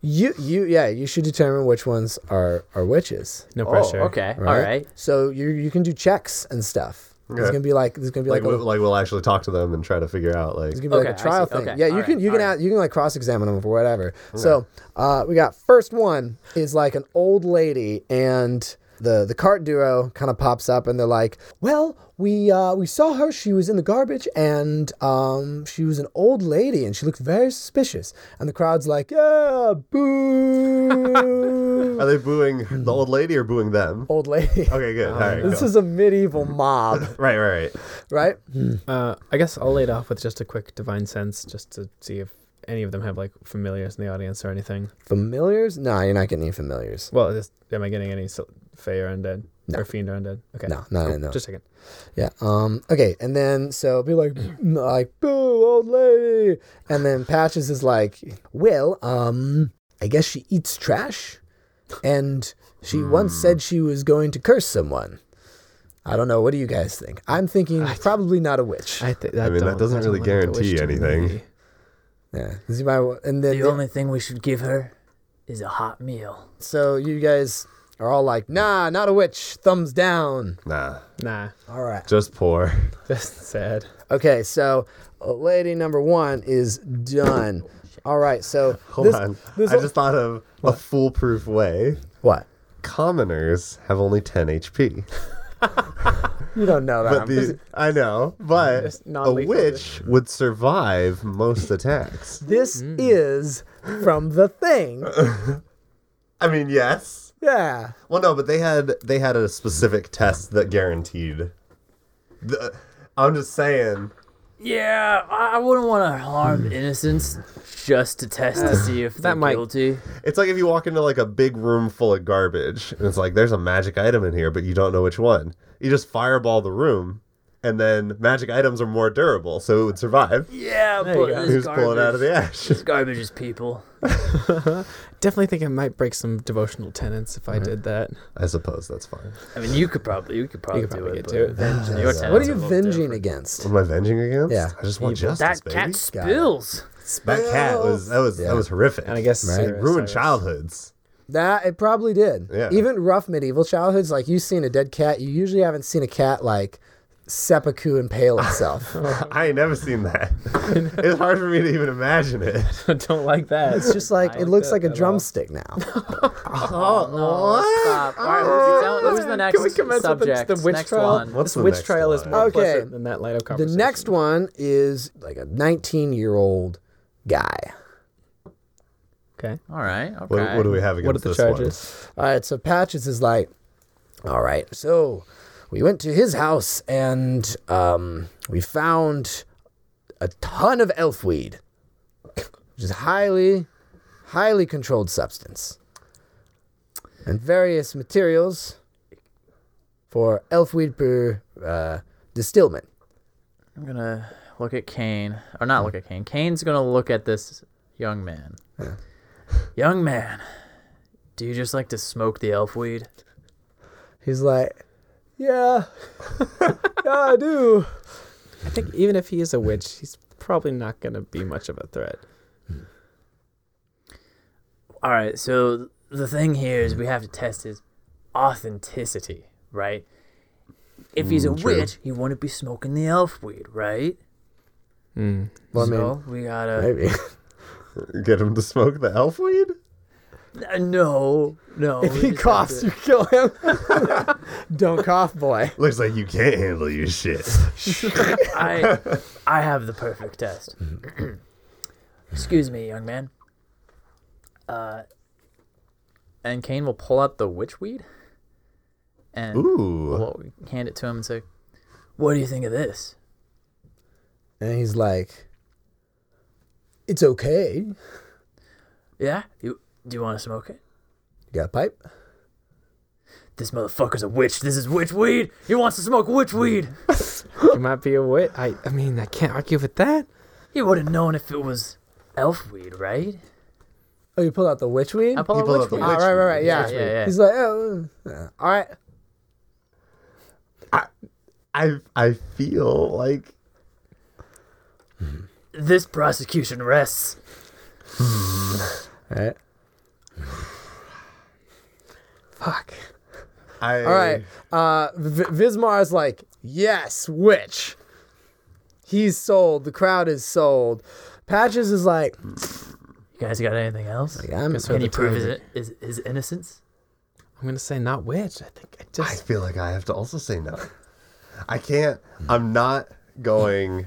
B: You you yeah, you should determine which ones are are witches.
D: no pressure.
E: Oh, okay. All right.
B: So you you can do checks and stuff. There's
C: Okay.
B: gonna be like there's gonna be
C: Like,
B: like,
C: we,
B: a,
C: like we'll actually talk to them and try to figure out like
B: It's gonna be
E: Okay, I
B: like a
E: see.
B: trial thing.
E: Okay,
B: Yeah, you
E: alright,
B: can you can
E: alright.
B: ask, you can like cross examine them for whatever. So uh, we got first one is like an old lady and the the cart duo kind of pops up and they're like, well, we uh, we saw her. She was in the garbage and um, she was an old lady and she looked very suspicious. And the crowd's like, yeah, boo,
C: are they booing the old lady or booing them?
B: old lady.
C: Okay, good. All right,
B: Oh. This
C: go.
B: is a medieval mob,
C: right, right, right.
B: right?
D: Uh, I guess I'll lead off with just a quick divine sense, just to see if any of them have like familiars in the audience or anything.
B: Familiars? Nah, you're not getting any familiars.
D: Well, is, am I getting any so, Fey or undead
B: No.
D: or fiend or undead? Okay.
B: No, no, no, no.
D: Just a second.
B: Yeah. Um. Okay. And then so be like, like boo, old lady. And then Patches is like, well, um, I guess she eats trash, and she once said she was going to curse someone. I don't know. What do you guys think? I'm thinking probably not a witch.
D: I, th- that
C: I mean, that
D: don't-
C: doesn't really
D: look like a
C: guarantee
D: wish to
C: anything.
D: me.
B: yeah. This is my, and then
E: The only thing we should give her is a hot meal.
B: so you guys are all like, nah, not a witch. Thumbs down.
C: Nah,
D: Nah,
B: All right.
C: just poor.
D: that's sad.
B: Okay. So uh, lady number one is done. All right. So
C: Hold
B: this-
C: on.
B: this
C: I just thought of a foolproof way.
B: what.
C: Commoners have only 10 HP.
B: You don't know that.
C: But the, I know, but
D: It's not
C: a
D: lethal,
C: witch would survive most attacks.
B: This is from the thing.
C: I mean, yes.
B: Yeah.
C: Well, no, but they had they had a specific test that guaranteed. The, I'm just saying.
E: Yeah, I I wouldn't want to harm innocence just to test to see if they're
D: might-
E: guilty.
C: It's like if you walk into like a big room full of garbage and it's like there's a magic item in here, but you don't know which one. You just fireball the room, and then magic items are more durable, so it would survive.
E: Yeah,
D: you
E: but
D: go.
E: this
C: Who's
E: garbage,
C: pulling out of the ash?
E: this garbage is people.
D: Definitely think I might break some devotional tenets if I did that.
C: I suppose that's fine.
E: I mean, you could probably, you could probably
D: could
E: do
D: probably
E: it.
D: get
E: but
D: to it.
E: vengeance- your
B: What
E: tenants
B: are you
E: a little
B: venging
E: different.
B: against?
C: What am I venging against?
B: Yeah.
C: I just want justice,
E: That
C: baby.
E: cat
B: Got it.
E: spills.
C: That cat was that was
B: Yeah.
C: that was horrific.
D: And I guess
B: Right.
D: Cyrus-
C: it ruined
D: Cyrus-
C: childhoods.
B: That it probably did.
C: Yeah.
B: Even rough medieval childhoods, like you've seen a dead cat, you usually haven't seen a cat like seppuku impale itself.
C: I ain't never seen that. it's hard for me to even imagine it.
D: Don't like that.
B: it's just like it looks like a drumstick now.
E: Oh, stop. All right, who's, the- who's the next
D: Can we commence with the,
E: subject?
D: the witch
E: next
D: trial?
E: one.
C: What's
D: this
C: the
D: witch
C: next
D: trial is
C: one?
D: more
B: Okay.
D: pleasant than that light of
B: The
D: conversation.
B: next one is like a 19 year old guy.
D: Okay.
E: All right. Okay.
C: What, what do we have
D: What are
C: against
D: the
C: this
D: charges?
B: All right, so Patches is like, all right, so we went to his house and um, we found a ton of elfweed, which is highly, highly controlled substance, and various materials for elfweed per uh, distillment.
E: I'm gonna look at Kane, or not look at Kane. Kane's gonna look at this young man. young man, do you just like to smoke the elf weed?
B: He's like, yeah, yeah, I do.
D: I think even if he is a witch, he's probably not going to be much of a threat.
E: All right. So the thing here is we have to test his authenticity, right? If he's a
B: Mm,
E: witch, he wouldn't be smoking the elf weed, right?
C: Hmm.
B: Well, I mean,
E: so we gotta
B: maybe.
C: one? Get him to smoke the elf weed?
E: Uh, no, no.
B: If
E: we
B: he
E: just have
B: coughs,
E: to-
B: you kill him. Don't cough, boy.
C: Looks like you can't handle your shit.
E: I, I have the perfect test.
B: Mm-hmm.
E: Excuse me, young man. Uh, and Kane will pull out the witch weed and
C: Ooh.
E: will hand it to him and say, "What do you think of this?"
B: And he's like, It's okay. You
E: Yeah, you do you want to smoke it?
B: got a pipe?
E: This motherfucker's a witch. This is witch weed. He wants to smoke witch weed.
D: He might be a witch. I, I mean, I can't argue with that.
E: He would have known if it was elf weed, right?
B: Oh, you pulled out the witch weed?
E: I pull
C: He pulled
E: out
C: out
E: witch
C: the
E: weed.
B: Ah,
C: witch
B: right, right, right.
C: weed.
B: Yeah.
E: Witch weed. Yeah, yeah.
B: He's like, oh, uh, all right.
C: I I feel like
E: This prosecution rests.
B: All right. Fuck.
C: I
B: All right. Uh, v- Vismar's like, yes, witch. He's sold. The crowd is sold. Patches is like,
E: You guys got anything else?
B: yeah, I'm
E: Can he prove his, his, his innocence?
D: I'm gonna say not witch. I think I
C: I
D: just
C: feel like I have to also say no. I can't. I'm not going.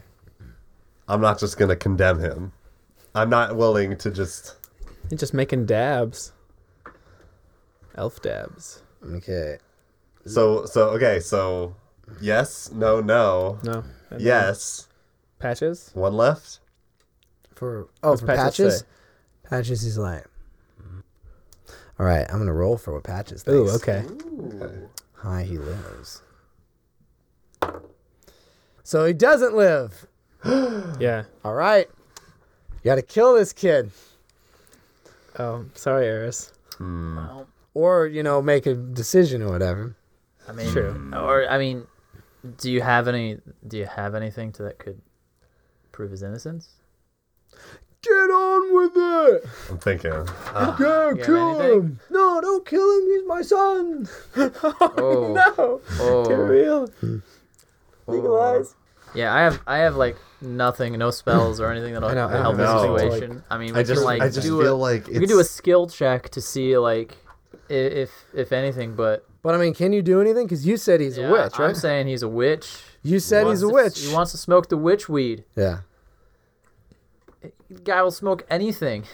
C: I'm not just gonna condemn him. I'm not willing to just.
D: you're just making dabs. Elf dabs.
B: Okay.
C: So so okay. So yes, no, no,
D: No. And
C: yes.
D: Patches.
C: One left.
B: For oh, for
D: Patches
B: Patches.
D: say?
B: Patches is like, all right. I'm gonna roll for what Patches.
D: Ooh.
B: thinks.
D: Okay.
B: Hi, he lives. So he doesn't live.
D: Yeah.
B: All right. You gotta kill this kid.
D: Oh, sorry, Eris.
E: Well,
B: Or, you know, make a decision or whatever.
E: I mean,
D: True.
E: or I mean, do you have any? Do you have anything to, that could prove his innocence?
B: Get on with it!
C: I'm thinking.
B: Go
E: have
B: kill
E: anything?
B: him! No, don't kill him, he's my son!
E: Oh
D: No.
E: oh,
D: Real.
E: oh. Yeah, I have I have like nothing, no spells or anything that'll
D: I know, I
E: help
C: know.
E: the
C: No.
E: situation. I mean, we
C: I just
E: can, like
C: I just
E: do
C: feel
E: a,
C: like it's,
E: we can do a skill check to see like i- if if anything, but
B: But I mean, can you do anything? Because you said he's
E: yeah,
B: a witch,
E: I'm
B: right?
E: saying he's a witch.
B: you said
E: Wants
B: he's a
E: to-
B: witch.
E: He wants to smoke the witch weed.
B: yeah.
E: Guy will smoke anything.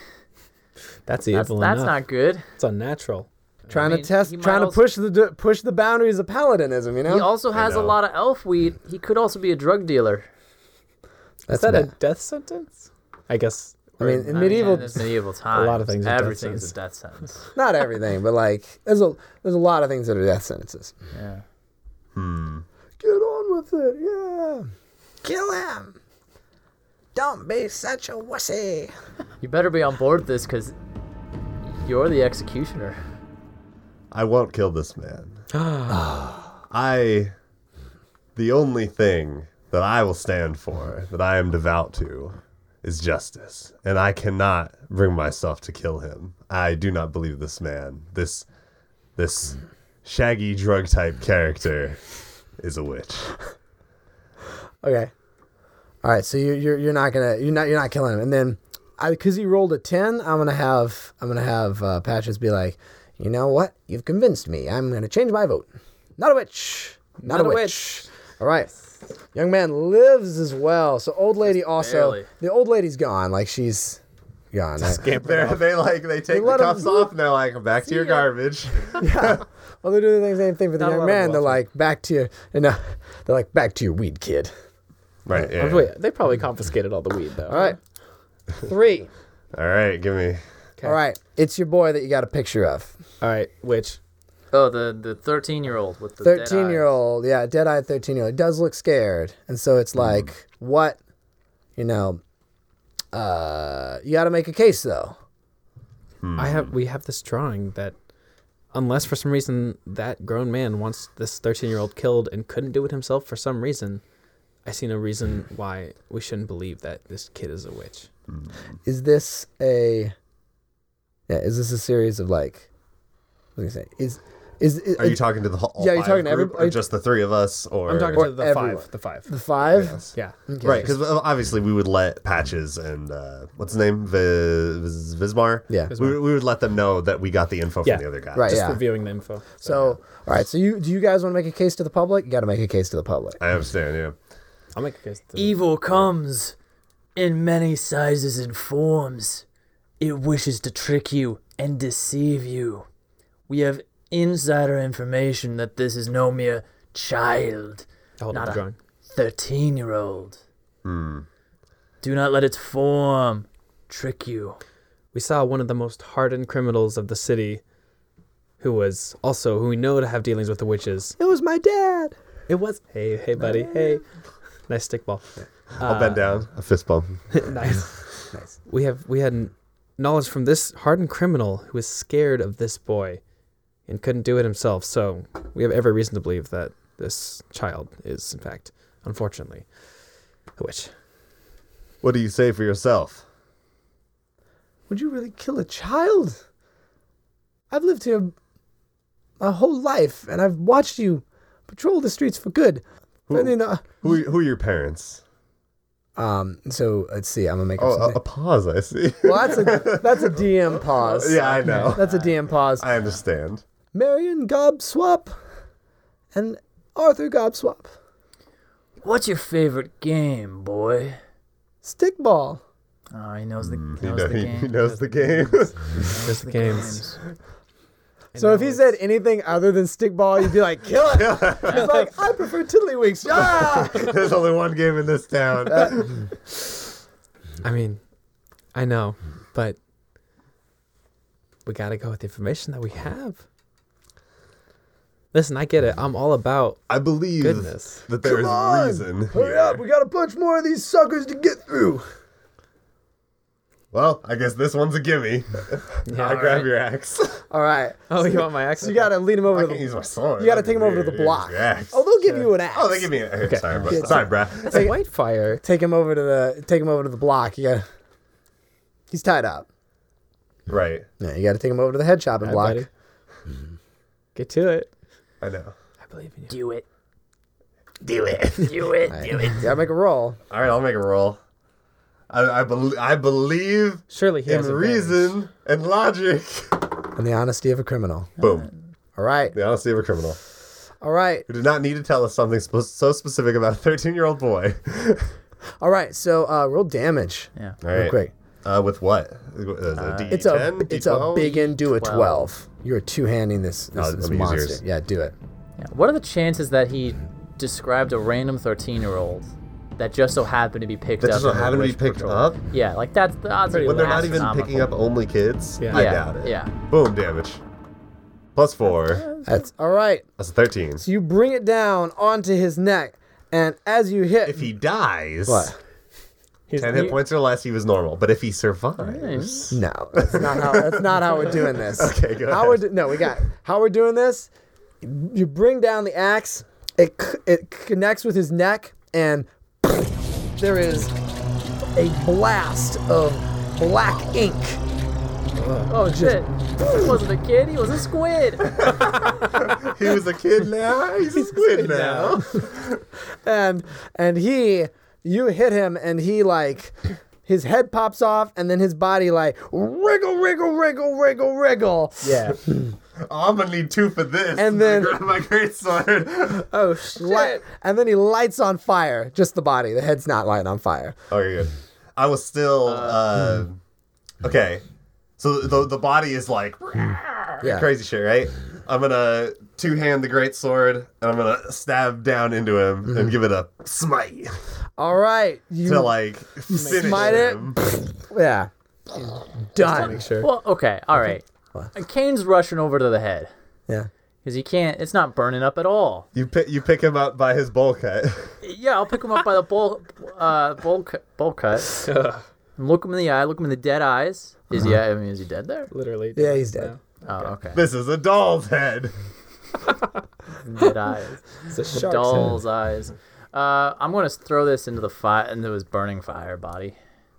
D: That's
E: That's,
D: evil.
E: that's
D: enough.
E: not good.
D: It's unnatural.
B: Trying
E: mean,
B: to test,
E: he might
B: trying to
E: also-
B: push the push the boundaries of paladinism, you know.
E: He also has a
C: know.
E: lot of elf weed. He could also be a drug dealer.
B: That's
D: Is that a
B: bad.
D: death sentence? I guess.
B: I mean, in
E: I mean,
B: medieval,
E: in this medieval time,
D: lot of things are death
E: everything is a death sentence.
B: not everything, but like there's a there's a lot of things that are death sentences.
E: Yeah.
B: Get on with it, yeah. Kill him. Don't be such a wussy.
E: You better be on board with this because you're the executioner.
C: I won't kill this man. I. The only thing that I will stand for, that I am devout to, is justice. And I cannot bring myself to kill him. I do not believe this man, this. this shaggy drug type character, is a witch.
B: Okay. All right, so you're you're, you're not gonna you're not you're not killing him, and then I because he rolled a ten, I'm gonna have I'm gonna have uh, Patches be like, you know what? You've convinced me. I'm gonna change my vote. Not a witch. Not, a, witch. All right. Young man lives as well. So old lady also
E: barely.
B: the old lady's gone. Like she's gone. right?
C: They're, they like they take the
B: let him-
C: cuffs off and they're like back to your garbage.
B: Well, they're doing the same thing for the
D: Not a
B: young
D: lot of
B: man. They're
D: waffle.
B: like back to your, and uh, they're like back to your weed kid.
C: Right. Yeah.
D: Wait, they probably confiscated all the weed though.
B: All right, three.
C: All right. Give me.
B: All right, it's your boy that you got a picture of.
D: All right. Which
E: Oh, the the 13 year old with the dead eye.
B: Thirteen year old, yeah, dead eyed thirteen year old does look scared, and so
C: Hmm.
B: it's like what, you know, uh, you got to make a case though.
C: hmm,
D: I
C: Mm.
D: have we have this drawing that unless for some reason that grown man wants this 13-year-old killed and couldn't do it himself for some reason, I see no reason why we shouldn't believe that this kid is a witch.
C: hmm.
B: Is this a, yeah, is this a series of like, what was I gonna say? Is is, is
C: Are you talking to the whole? all
B: Yeah, you're
C: five
B: talking to every-
C: group
B: are
C: Or
B: you-
C: just the three of us? Or Hmm.
D: I'm talking
B: Or
D: to the
B: everyone. Hmm.
D: five, the five.
B: the five?
C: Yes.
D: Yeah.
C: Right, because obviously we would let Patches and uh, what's his name, Viz, Vismar.
B: Yeah.
C: we, we would let them know that we got the info
D: Yeah.
C: from the other guy.
B: Right.
D: Just
B: yeah.
D: reviewing the info.
B: So all right, so you do you guys want to make a case to the public? You got to make a case to the public.
C: I understand. Yeah,
D: I'll make a case. to-
B: E
E: Evil comes in many sizes and forms. It wishes to trick you and deceive you. We have insider information that this is no mere child,
D: I'll hold up
E: not
D: the
E: a-
D: drawing.
E: 13 year old.
C: Hmm.
E: Do not let its form trick you.
D: We saw one of the most hardened criminals of the city who was also who we know to have dealings with the witches.
B: It was my dad.
D: It was Hey, hey buddy. Hey. Nice stick ball.
B: Uh,
C: I'll bend down, a fist bump.
D: nice. nice. We have we had knowledge from this hardened criminal who is scared of this boy and couldn't do it himself. So we have every reason to believe that this child is, in fact, unfortunately, a witch.
C: What do you say for yourself?
B: Would you really kill a child? I've lived here my whole life, and I've watched you patrol the streets for good. I mean, uh,
C: Who who are your parents?
B: um, so let's see. I'm gonna make. up
C: Oh, a,
B: something.
C: a pause. I see.
B: well, that's a that's a DM pause.
C: yeah, I know.
B: That's a DM pause.
C: I understand.
B: Marion Gobswap and Arthur Gobswap.
E: What's your favorite game, boy?
B: Stickball.
E: Oh, he knows the, knows
C: Mm. He,
E: the
C: know- he-
E: game.
C: he knows the game.
E: knows the
D: games.
B: So if he said anything other than stickball, you'd be like, kill it. It's like, I prefer tiddlywinks. Ah!
C: There's only one game in this
B: Uh,
C: town.
D: I mean, I know, but we got to go with the information that we have. Listen, I get it. I'm all about
C: I believe
D: Goodness.
C: that there is
B: Come on!
C: reason.
B: Hurry
C: here.
B: up, we got a bunch more of these suckers to get through.
C: Well, I guess this one's a gimme. I grab your axe.
B: All right.
D: Oh, you want my axe?
B: So you gotta lead him
C: I
B: over to
C: can't
B: the
C: use my sword.
B: You gotta
C: That'd
B: take him
C: be
B: over to the
C: weird.
B: block.
C: Use your axe.
B: Oh, they'll give you an axe.
C: Oh, they give me. A, Sorry, bro. Sorry, bruh.
D: It's white fire.
B: take him over to the take him over to the block. You gotta He's tied up.
C: Right.
B: Yeah, you gotta take him over to the head shopping
D: Hi,
B: block.
D: buddy. Get to it.
C: I know.
D: I believe in you.
E: Do it.
C: Do it.
E: Do it. Do it.
B: You gotta make a roll.
C: All right, I'll make a roll. I, I, bel I believe
D: Surely he
C: in
D: has advantage.
C: reason and logic.
B: And the honesty of a criminal.
C: Boom.
B: All right.
C: The honesty of a criminal
B: All right.
C: who did not need to tell us something sp- so specific about a 13 year old boy.
B: All right. So uh, roll damage
E: Yeah.
C: All
B: real
C: right.
B: quick.
C: Uh, with what? Uh,
B: It's a it's a big and do a
E: 12.
B: twelve. You're two handing this this,
C: Oh,
B: this
C: let me use
B: monster.
C: yours.
B: Yeah, do it.
E: Yeah. What are the chances that he described a random 13 year old that just so happened to be picked
C: That
E: up?
C: just so
E: in a
C: happened to be
E: witch
C: picked
E: patrol?
C: up?
E: Yeah, like that's the odds are
C: When they're not even
E: astronomical.
C: picking up only kids?
D: Yeah.
C: I
E: yeah,
C: doubt it.
E: Yeah.
C: Boom, damage. Plus four.
B: That's all right.
C: That's a 13.
B: So you bring it down onto his neck, and as you hit,
C: If he dies,
B: what?
C: 10 hit points or less, he was normal. But if he survives,
B: No, that's not how that's not how we're doing this.
C: Okay, go
B: how
C: ahead.
B: we're do- no, we got how we're doing this. You bring down the axe. It c- it connects with his neck, and there is a blast of black ink.
E: Oh shit! He wasn't a kid. He was a squid.
C: he was a kid now. He's a squid now.
B: and and he you hit him and he like his head pops off and then his body like wriggle wriggle wriggle wriggle wriggle
D: Yeah.
C: I'm gonna need two for this.
B: And then-
C: I grab my great sword.
B: oh shit and then he lights on fire just the body the head's not lighting on fire
C: oh, you're good. I was still. Uh, okay, so the the body is like
B: yeah
C: crazy shit, right? I'm gonna two hand the great sword, and I'm gonna stab down into him and give it a smite
B: all right you
C: to like finish
B: Smite it.
C: him.
B: yeah done
D: Sure.
E: well, okay, all right. And Kane's rushing over to the head
B: yeah
E: because he can't. It's not burning up at all.
C: You pick you pick him up by his bowl cut.
E: Yeah, I'll pick him up by the bowl, uh, bowl, cu- bowl cut. and look him in the eye. Look him in the dead eyes. Is he? I mean, is he dead there?
D: Literally.
B: yeah he's dead
E: Oh, okay.
C: this is a doll's head.
E: Dead eyes.
D: It's a shark's
E: Doll's eyes. Uh, I'm gonna throw this into the fire, into his burning fire body.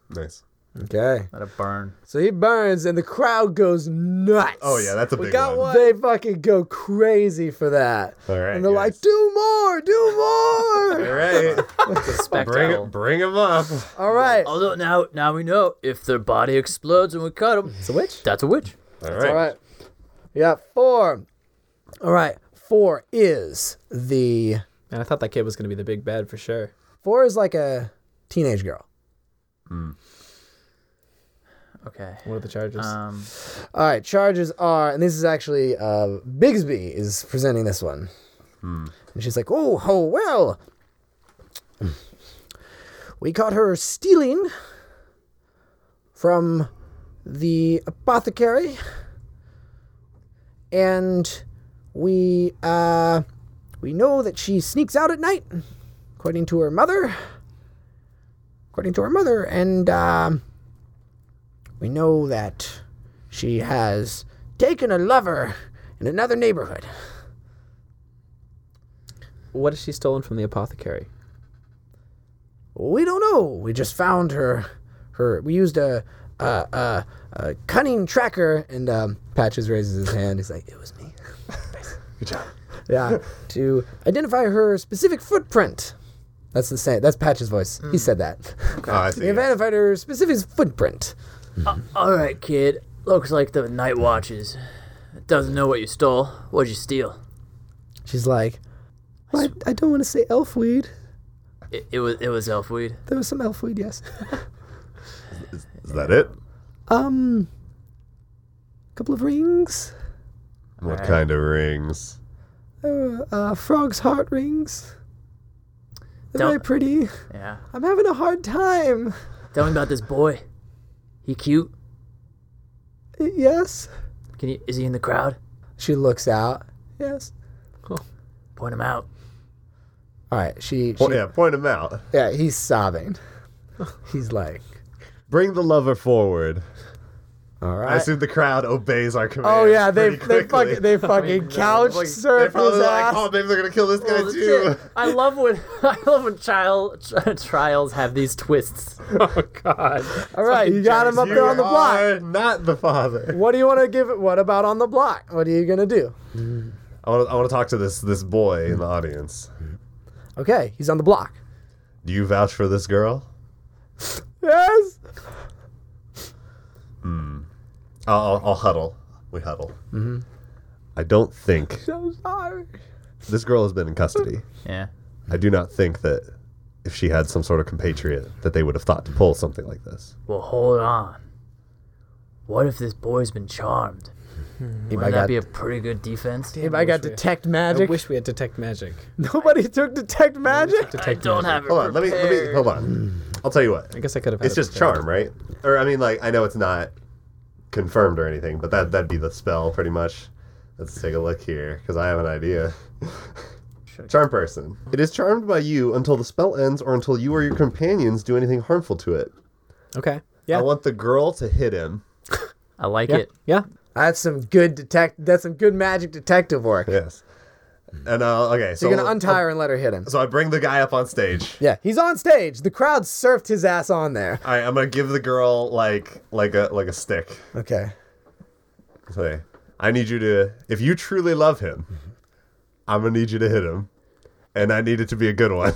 C: Nice.
B: okay
E: Let it burn.
B: so he burns and the crowd goes nuts
C: Oh yeah, that's a big
D: got
C: one.
D: one.
B: they fucking go crazy for that
C: All right,
B: and they're
C: guys.
B: like do more do more
C: All right, bring
E: Spectacle.
C: it, bring him up.
B: All right.
E: Although now, now we know if their body explodes when we cut them,
D: It's a witch.
E: that's a witch.
C: All
B: All
C: right.
B: right. You got four. All right. Four is the
D: Man, I thought that kid was gonna be the big bad for sure.
B: four is like a teenage girl.
E: Okay.
D: What are the charges?
E: Um,
B: All right. Charges are, and this is actually uh, Bigsby is presenting this one, and she's like, "Oh, oh well, we caught her stealing from the apothecary, and we uh, we know that she sneaks out at night." according to uh, her mother. According to her mother, and um,
A: We know that she has taken a lover in another neighborhood.
D: What has she stolen from the apothecary?
A: We don't know. We just found her. Her. We used a a, a, a cunning tracker, and um, Patches raises his hand. He's like, "It was me."
C: Good job.
A: Yeah, to identify her specific footprint. That's the same. That's Patch's voice. He said that.
C: Hmm. Oh, I
A: We
C: see.
A: identified her specific footprint.
E: All right, kid. Looks like the night watches. Doesn't know what you stole. What'd you steal?
A: She's like,
B: I, I don't want to say elfweed.
E: It, it was it was elfweed.
B: There was some elfweed, yes.
C: Is that it?
B: Um, a couple of rings.
C: What
E: Alright.
C: kind of rings?
B: Uh, uh, frog's heart rings. They're very
E: Don't-
B: pretty.
E: Yeah.
B: I'm having a hard time.
E: Tell me about this boy. He cute.
B: Y- Yes,
E: Can you? Is he in the crowd?
A: she looks out.
B: yes.
E: Point him out.
A: All right, she. she
C: Well, Oh, yeah, point them out.
A: yeah, he's sobbing. He's like,
C: Bring the lover forward.
A: all
C: I
A: right.
C: assume the crowd obeys our command.
B: Oh yeah, they
C: quickly.
B: they fucking they fucking couch
E: like,
C: They're
B: surf his
C: probably like,
B: ass.
C: oh, maybe they're gonna kill this guy
E: Well,
C: too.
E: that's it. I love when I love when child trials have these twists.
D: Oh God!
B: All right, you got him up
C: you
B: there on the block.
C: are not the father.
B: What do you want to give it? What about on the block? What are you gonna do?
C: I want to. I want to talk to this this boy in the audience.
B: Okay, he's on the block.
C: Do you vouch for this girl?
B: Yes.
C: I'll, I'll, I'll huddle. We huddle. Mm-hmm. I don't think
B: So sorry.
C: this girl has been in custody.
E: Yeah.
C: I do not think that if she had some sort of compatriot, that they would have thought to pull something like this.
E: Well, hold on. What if this boy's been charmed?
A: If I
E: Wouldn't that
A: got,
E: be a pretty good defense?
B: If I got detect magic,
D: I wish we had detect magic.
B: nobody took detect magic.
E: I don't have it.
C: Hold on. Let me. Let me. Hold on. I'll tell you what.
D: I guess I could have. Had
C: It's
D: it
C: just
D: prepared.
C: charm, right? Or I mean, like I know it's not confirmed or anything, but that that'd be the spell pretty much. Let's take a look here because I have an idea. charm person. It is charmed by you until the spell ends or until you or your companions do anything harmful to it.
D: Okay. Yeah.
C: I want the girl to hit him.
E: I like
D: yeah.
E: it.
D: Yeah.
B: That's some good detect. That's some good magic detective work.
C: Yes. And uh, okay, so,
B: You're gonna untie her and let her hit him.
C: so I bring the guy up on stage.
B: Yeah, he's on stage. The crowd surfed his ass on there.
C: All right, I'm gonna give the girl like like a like a stick.
B: Okay.
C: Say, I need you to, if you truly love him, I'm gonna need you to hit him, and I need it to be a good one.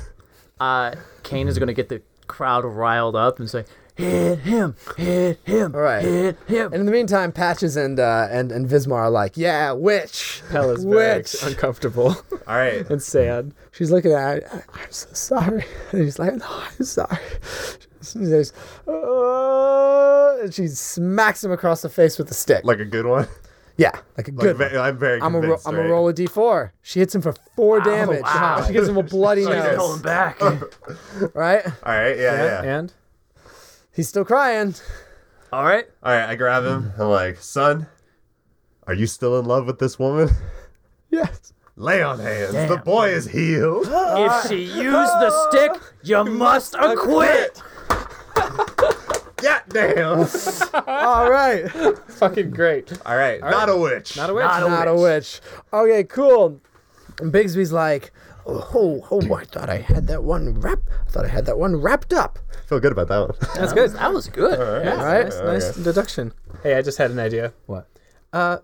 E: Uh, Kane is gonna get the crowd riled up and say, "Hit him! Hit him!
B: All right.
E: Hit him!"
B: And in the meantime, Patches and uh, and and Vismar are like, yeah, witch,
D: Pella's very
B: witch.
D: uncomfortable
C: All right,
D: and sad.
B: She's looking at it. "I- I'm so sorry. And he's like, no, I'm sorry. She says, "Uh," and she smacks him across the face with a stick.
C: like a good one.
B: yeah, like a
C: Like,
B: good.
C: ve- I'm very.
B: I'm a ro-
C: convinced,
B: I'm a
C: right?
B: roll a d4. She hits him for four damage.
E: wow.
B: She gives him a bloody
E: He's holding
B: nose.
E: back.
B: Right?
C: All right, yeah, yeah.
D: And
B: He's still crying.
E: All right.
C: All right, I grab him. I'm like, son, are you still in love with this woman?
B: Yes.
C: Lay on hands. The
E: Damn.
C: boy is healed.
E: If she used the stick, you must acquit.
C: God damn.
B: All right.
D: fucking great.
C: All right, not a witch. Not
D: a witch.
E: Not a
B: Not a witch. Okay, cool. And Bigsby's like,
A: oh, oh, I thought I had that one wrap. I thought I had that one wrapped up.
C: I feel good about that one.
D: That's good.
E: That was good.
D: Yeah,
B: right.
D: nice, nice deduction. Hey, I just had an idea. What? Uh,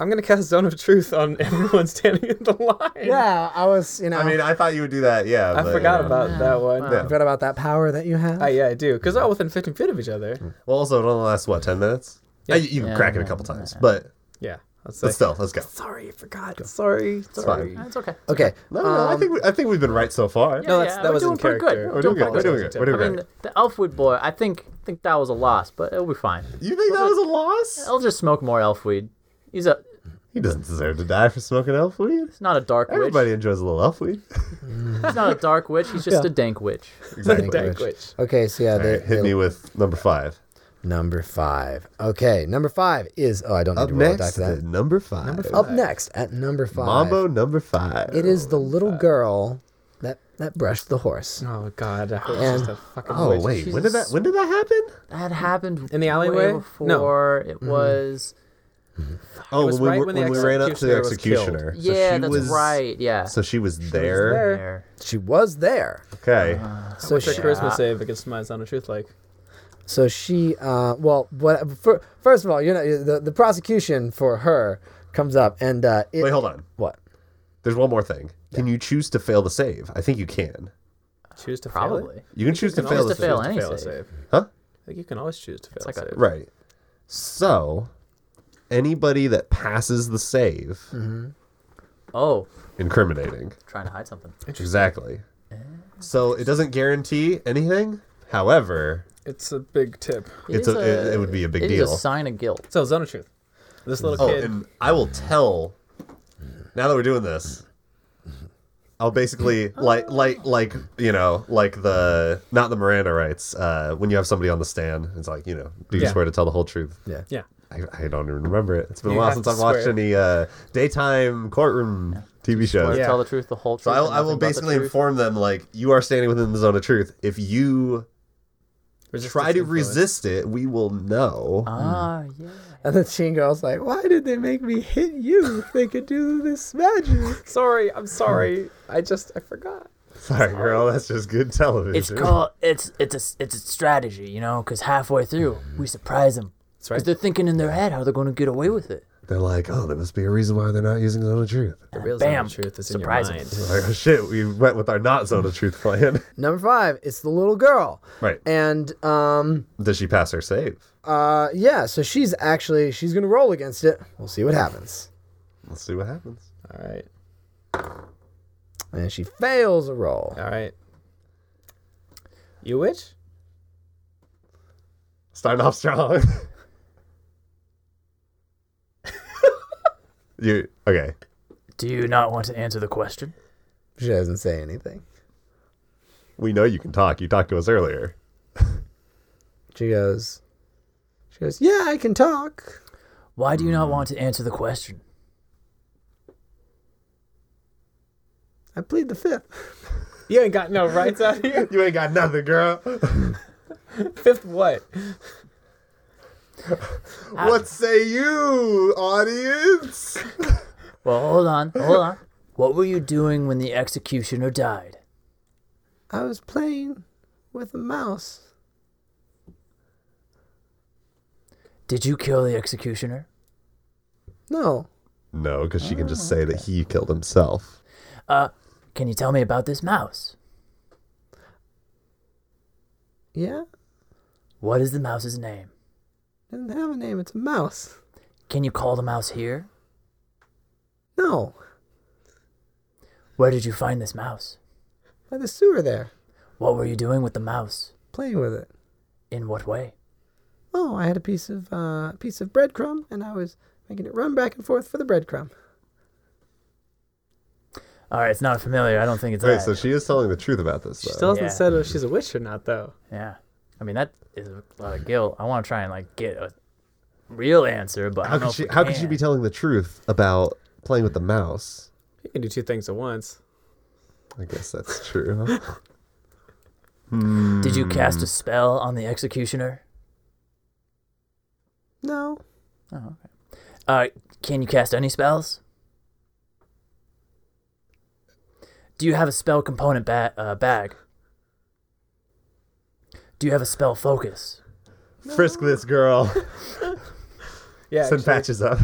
D: I'm gonna cast Zone of Truth on everyone standing in the line.
B: yeah, I was, you know,
C: I mean, I thought you would do that. Yeah,
D: I
C: but,
D: forgot
C: you know.
D: about that one.
E: Wow.
B: forgot about that power that you have.
D: Ah, yeah, I do. Because all within 15 feet of each other.
C: Well, also, it only lasts what ten minutes. Yeah. you you can
E: Yeah,
C: crack it a
E: yeah,
C: couple times, but
D: Yeah. Let's
C: but still, let's go.
D: Sorry, I forgot. Sorry. Sorry.
E: That's okay.
B: okay.
C: No, no, I think we, I think we've been right so far.
D: No, that's,
E: Yeah,
D: that
E: we're
D: was in
E: doing pretty good.
D: character.
C: We're doing good. We're doing good. We're doing
E: I
C: great.
E: mean, the, the Elfwood boy. I think think that was a loss, but it'll be fine.
C: you think that was a loss?
E: I'll just smoke more Elfweed. He's a.
C: He doesn't deserve to die for smoking elf weed.
E: He's not a dark
C: Everybody
E: witch.
C: enjoys a little elf weed.
E: He's not a dark witch. He's just a dank witch.
C: exactly.
D: Dank witch.
A: Okay, so yeah, they,
C: Hit me with number five.
A: number five. Okay, number five is. Oh, I don't need
C: Up
A: to roll a die
C: next,
A: for that.
C: is number five.
A: Up next at number five.
C: Mambo number five.
A: It is the little girl
B: That that brushed the horse.
D: Oh God, I hope
B: And-
D: she's a fucking
C: Oh
D: witch.
C: wait, when did that
E: Jesus.
C: when did that happen?
E: That happened
D: In the
E: way
D: alleyway? No.
E: Before it
C: Mm.
E: was.
C: Oh,
D: was
C: when we,
D: right
C: were-
D: when
C: when
D: the
C: we ran up to the
D: executioner
C: executioner. So
E: yeah,
C: she
E: that's
C: was-
E: right. Yeah.
C: So she was
D: there.
C: there.
E: There.
B: She was there.
C: Okay.
B: So
D: What's
B: she,
D: her charisma save against my sound of truth? Like,
B: so she uh well what for, first of all, you know the, the prosecution for her comes up and uh it,
C: Wait, hold on.
B: what?
C: There's one more thing. Can you choose to fail the save? I think you can.
D: choose to fail it?
E: Probably.
C: You can choose to
E: can
C: fail
E: always
C: the
E: to fail
C: save.
E: any
D: fail a
E: save.
D: save.
C: Huh?
D: I think you can always choose to fail
E: like
D: a
E: a-
D: save.
C: Right. So, anybody that passes the save,
E: Mm-hmm. Oh,
C: incriminating.
E: trying to hide something.
C: Exactly. So it doesn't guarantee anything. However,
D: It's a big tip.
C: It's
E: is
C: a- it- it would be a big
E: it is
C: deal.
E: a sign of guilt.
D: So zone of truth. This little
C: oh,
D: kid.
C: and I will tell. Now that we're doing this, I'll basically like like like you know like the not the Miranda rights. Uh, when you have somebody on the stand, it's like you know, do you
D: Yeah.
C: swear to tell the whole truth?
B: Yeah.
D: yeah.
C: I, I don't even remember it. It's been
D: You
C: a while
D: have
C: since
D: to
C: I've watched
D: swear.
C: any uh, daytime courtroom TV shows.
E: Or
D: Yeah.
E: Tell the truth, the whole truth.
C: So I, will-
E: and
C: I will
E: nothing but the
C: basically
E: truth.
C: inform them like you are standing within the zone of truth. If you
D: Resistance
C: try to
D: influence.
C: resist it, we will know.
E: Ah, yeah.
B: And then Sheen girl's like, Why did they make me hit you if they could do this magic?
D: Sorry, I'm sorry. I just I forgot.
C: Sorry, girl, that's just good television.
E: It's called it's it's a it's a strategy, you know, because halfway through we surprise them because
D: right.
E: they're thinking in their head how they're going to get away with it.
C: They're like, oh, there must be a reason why they're not using zone of truth.
D: The real
E: Bam.
D: zone of truth is
E: Surprise
D: in
E: 'em.
D: your mind.
C: Like, oh, shit, we went with our not zone of truth plan.
B: Number five, it's the little girl.
C: right.
B: And um
C: Does she pass her save?
B: uh yeah, so she's actually she's gonna roll against it. We'll see what happens.
C: Let's see what happens.
D: All right.
B: And she fails a roll.
D: All right. You witch?
C: Starting off strong. you okay?
E: Do you not want to answer the question?
B: She doesn't say anything.
C: We know you can talk. You talked to us earlier.
B: She goes She goes, Yeah, I can talk.
E: Why do you
C: Hmm.
E: not want to answer the question?
B: I plead the fifth.
D: You ain't got no rights out here.
C: You ain't got nothing, girl.
D: Fifth what?
E: Ah.
C: what say you, audience?
E: Well, hold on, hold on. What were you doing when the executioner died?
B: I was playing with a mouse.
E: Did you kill the executioner?
B: No.
C: No, because she can just say that he killed himself.
E: Uh, can you tell me about this mouse?
B: Yeah?
E: What is the mouse's name?
B: Doesn't have a name, it's a mouse.
E: Can you call the mouse here?
B: No.
E: Where did you find this mouse?
B: By the sewer there.
E: What were you doing with the mouse?
B: Playing with it.
E: In what way?
B: Oh, I had a piece of uh, piece of breadcrumb, and I was making it run back and forth for the breadcrumb.
E: All right, it's not familiar. I don't think it's
C: Wait,
E: that.
C: so she is telling the truth about this,
D: She
C: though.
D: still hasn't
E: Yeah.
D: said if she's a witch or not though.
E: Yeah, I mean that is a lot of guilt. I want to try and like get a real answer, but I
C: how
E: don't know
C: could
E: if
C: she?
E: we
C: How could she
E: can.
C: be telling the truth about playing with the mouse?
D: You can do two things at once.
C: I guess that's true.
E: Did
C: Hmm.
E: you cast a spell on the executioner?
B: No,
E: Oh, okay. Uh, can you cast any spells? Do you have a spell component ba- uh, bag? Do you have a spell focus?
C: Frisk this Hmm. girl.
D: Yeah.
C: Send
D: actually,
C: patches up.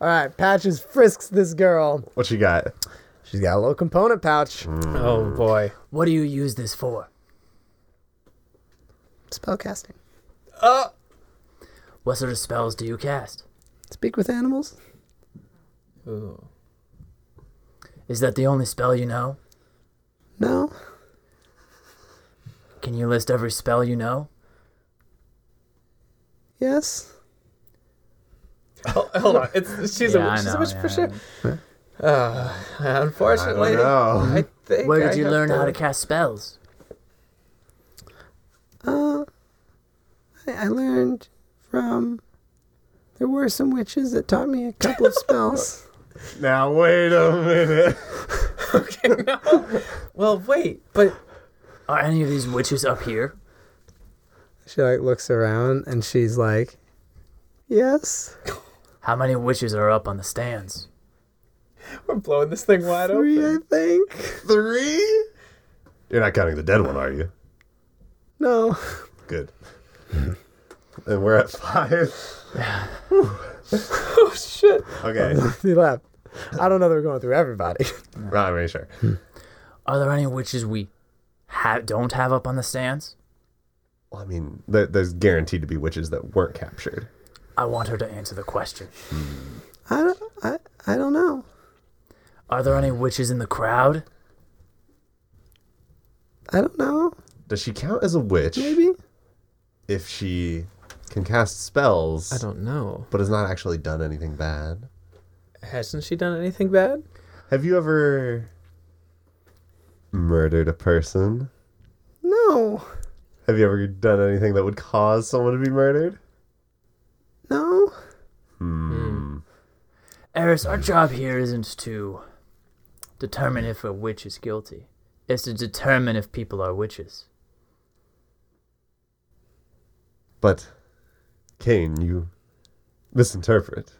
B: all right. Patches frisks this girl.
C: What you got?
B: She's got a little component pouch.
D: Oh boy.
E: What do you use this for?
B: Spellcasting.
E: What sort of spells do you cast?
B: Speak with animals.
D: Ooh.
E: Is that the only spell you know?
B: No,
E: Can you list every spell you know?
B: yes.
D: Hold on. It's she's
E: Yeah, I
D: a she's a
E: know,
D: witch
E: yeah,
D: for sure. Uh, unfortunately,
C: No.
D: I think.
E: Where
D: I
E: did you
D: have
E: learn how to cast spells?
B: Uh, I, I learned from. There were some witches that taught me a couple of spells.
C: Now wait a minute.
D: okay, no. Well, wait, but
E: Are any of these witches up here?
B: She like looks around and she's like, "Yes,
E: How many witches are up on the stands?
D: we're blowing this thing wide
B: three,
D: open.
B: I think.
C: Three? You're not counting the dead one, are you?
B: No,
C: Good. and Uh, we're at five.
D: Oh shit!
C: Okay.
B: he left. I don't know. They're going through everybody.
C: Right, I'm pretty sure.
E: Are there any witches we ha- don't have up on the stands?
C: Well, I mean, there, there's guaranteed to be witches that weren't captured.
E: I want her to answer the question.
B: I don't. I, I don't know.
E: Are there any witches in the crowd?
B: I don't know.
C: Does she count as a witch
B: Maybe.
C: if she can cast spells,
D: I don't know.
C: but has not actually done anything bad?
D: Hasn't she done anything bad?
C: Have you ever murdered a person?
B: No.
C: Have you ever done anything that would cause someone to be murdered?
B: No.
E: Eris, our job here isn't to determine if a witch is guilty. It's to determine if people are witches.
C: But, Kane, you misinterpret.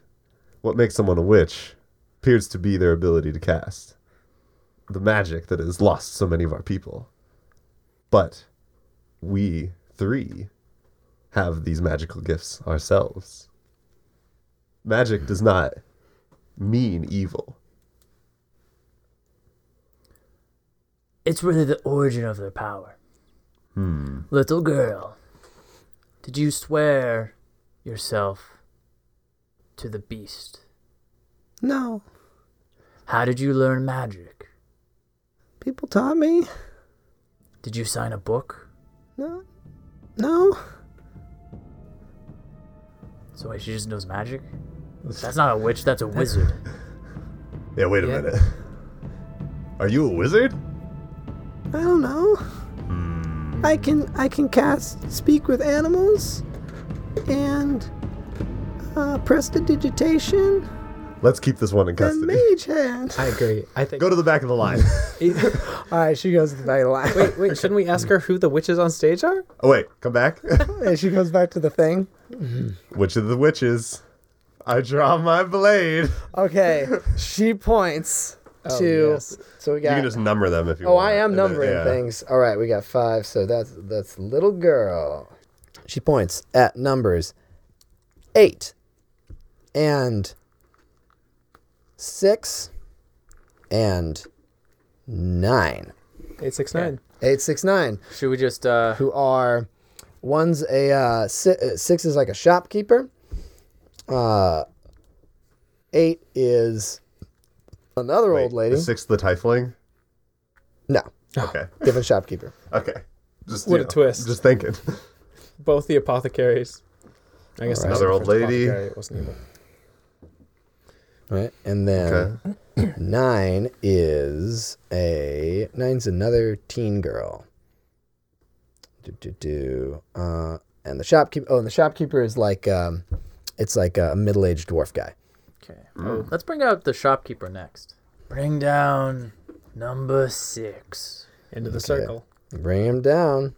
C: What makes someone a witch appears to be their ability to cast the magic that has lost so many of our people. But we three have these magical gifts ourselves. Magic does not mean evil.
E: It's really the origin of their power. Hmm. Little girl, did you swear yourself to the beast?
B: No.
E: How did you learn magic?
B: People taught me.
E: Did you sign a book?
B: No. No.
E: So wait, she just knows magic? That's not a witch, that's a wizard.
C: Yeah, wait a
D: Yeah.
C: minute. Are you a wizard?
B: I don't know. I can I can cast speak with animals, and uh, prestidigitation
C: Let's keep this one in
B: and
C: custody.
B: mage hand.
D: I agree. I think.
C: Go to the back of the line.
B: All right, she goes to the night line.
D: wait, wait. Shouldn't we ask her who the witches on stage are?
C: oh, wait, come back.
B: and she goes back to the thing.
C: Which of the witches? I draw my blade.
B: Okay, she points
D: Oh,
B: to.
D: yes.
B: So we
C: You
B: got.
C: can just number them if you
B: oh,
C: want.
B: I am
C: And then-
B: numbering
C: yeah.
B: things. All right, we got five. So that's that's little girl. She points at numbers eight and six and nine.
D: Eight six nine.
B: Eight, six, nine.
E: Should we just uh
B: Who are one's a uh, si- uh, six is like a shopkeeper. Uh, eight is another
C: Wait,
B: old lady.
C: Is sixth the tiefling?
B: No,
C: Okay.
B: different shopkeeper.
C: Okay. Just,
D: What
C: you
D: a
C: know,
D: twist.
C: Just thinking.
D: Both the apothecaries. I guess
B: Alright.
D: actually
C: Another
D: the
C: old
D: first
C: lady.
D: apothecary wasn't evil.
B: Right. And then
C: Okay.
B: nine is a nine's another teen girl. Do do do. Uh, and the shopkeeper. Oh, and the shopkeeper is like um, it's like a middle-aged dwarf guy.
E: Okay. Let's bring out the shopkeeper next. Bring down number six.
D: Into the circle.
B: Bring him down.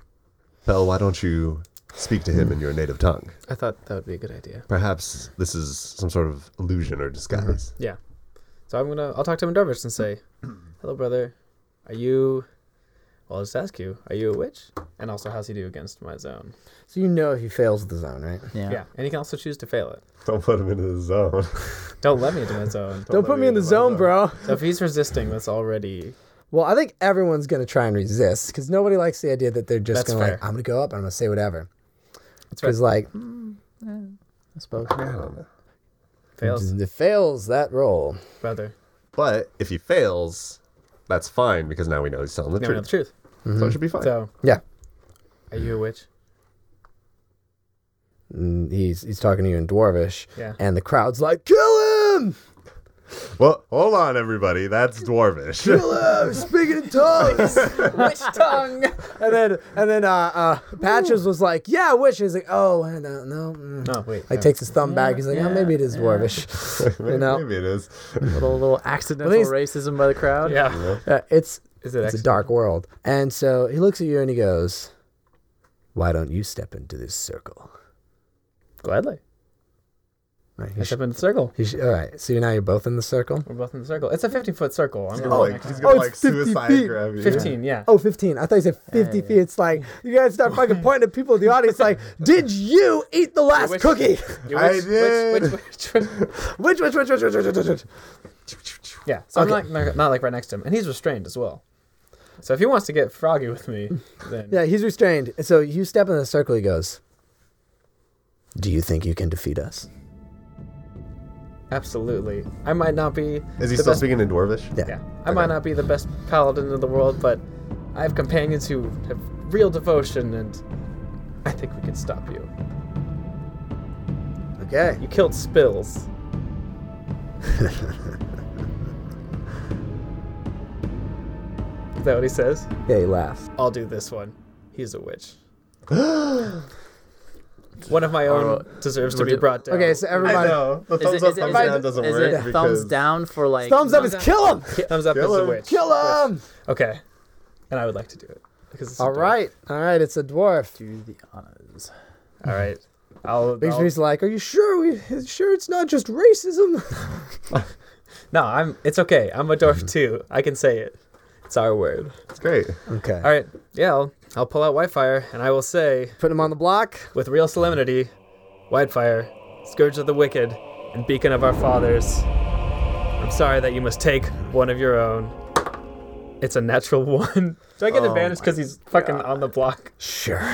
C: Bell, why don't you speak to him in your native tongue?
D: I thought that would be a good idea.
C: Perhaps this is some sort of illusion or disguise.
D: Yeah. So I'm gonna I'll talk to him in Dervish and say, Hello brother. Are you well I'll just ask you, are you a witch? And also how's he do against my zone?
B: So you know he fails the zone, right?
E: Yeah.
D: Yeah. And he can also choose to fail it.
B: Mm-hmm.
C: Don't put him into the zone.
D: Don't let me into my zone.
B: Don't put me in the zone, bro.
D: so if he's resisting, that's already
B: Well, I think everyone's gonna try and resist because nobody likes the idea that they're just
D: That's
B: gonna
D: fair.
B: like I'm gonna go up and I'm gonna say whatever.
D: fair.
B: Because like
E: I suppose.
C: I don't know.
D: fails,
B: it fails that roll.
D: brother.
C: But if he fails, that's fine because now we know he's telling the
D: Now we know the
C: truth.
D: truth.
B: Mm-hmm.
C: So it should be fine.
D: So
B: Yeah.
D: are you a witch?
B: And Mm, he's he's talking to you in dwarvish.
D: Yeah.
B: And the crowd's like, kill him.
C: Well, hold on, everybody. That's dwarvish.
B: Hello, speaking in tongues.
D: Which tongue?
B: and then and then uh, uh, Patches was like, "Yeah, wish." He's like, "Oh, I don't know." Mm.
D: Oh wait,
B: Like takes his thumb back. He's like, "Oh, maybe it is dwarvish." you know,
C: Maybe it is.
E: little little accidental
B: least-
E: racism by the crowd. Yeah.
B: uh, it's
D: Is it
B: it's a
D: acc-
B: dark world. And so he looks at you and he goes, "Why don't you step into this circle?"
D: gladly.
B: Right,
D: I
B: he sh-
D: step in the circle.
B: he sh- all right. So now you're both in the circle.
D: We're both in the circle. It's a 50 foot circle. I'm
C: Oh, like, he's gonna
B: Oh,
C: like
B: it's 50
C: suicide
B: feet.
C: grab you.
D: 15, yeah.
B: Oh, 15. I thought you said 50 feet. It's like, you guys start fucking pointing at people in the audience like, did you eat the last
D: Which-
B: cookie?
D: Yeah,
C: Oh, I
D: which-
C: did.
D: Which, which, which, which,
B: Which, which, which, which, which, which, which, which.
D: yeah. So
B: Okay.
D: I'm not, not, not like right next to him. And he's restrained as well. So if he wants to get froggy with me, then
B: Yeah, he's restrained. And so you step in the circle. He goes, do you think you can defeat us?
D: absolutely. I might not be.
C: Is
D: the
C: he still
D: best,
C: speaking in dwarvish?
B: Yeah.
D: Yeah. I might not be the best paladin in the world, but I have companions who have real devotion, and I think we can stop you.
B: Okay.
D: You killed Spills. Is that what he says?
B: Yeah, he laughs.
D: I'll do this one. He's a witch. one of my own deserves to
E: we're
D: be
E: do-
D: brought down.
B: Okay, so
C: I
B: everybody.
C: know. The thumbs
E: Is it,
C: up,
E: is it,
C: thumbs
E: is
C: down
E: it,
C: doesn't
E: is
C: work.
E: it thumbs
C: because-
E: down for like
B: Thumbs up is kill him!
D: thumbs up
C: Kill
D: is
C: him.
D: a witch.
B: Kill him!
D: Okay, and I would like to do it because it's a
B: All
D: dwarf.
B: right. All right, it's a dwarf.
E: Do the honors.
D: all right. I'll,
B: Big
D: I'll
B: Tree's like, are you sure? We sure it's not just racism?
D: no. I'm. It's okay. I'm a dwarf too. I can say it. It's our word.
C: It's great.
B: Okay.
D: All right. Yeah. I'll, I'll pull out Whitefire and I will say
B: Put him on the block.
D: with real solemnity, Whitefire, Scourge of the Wicked, and Beacon of Our Fathers. I'm sorry that you must take one of your own. It's a natural one. Oh Do I get advantage because he's fucking on the block?
B: Sure.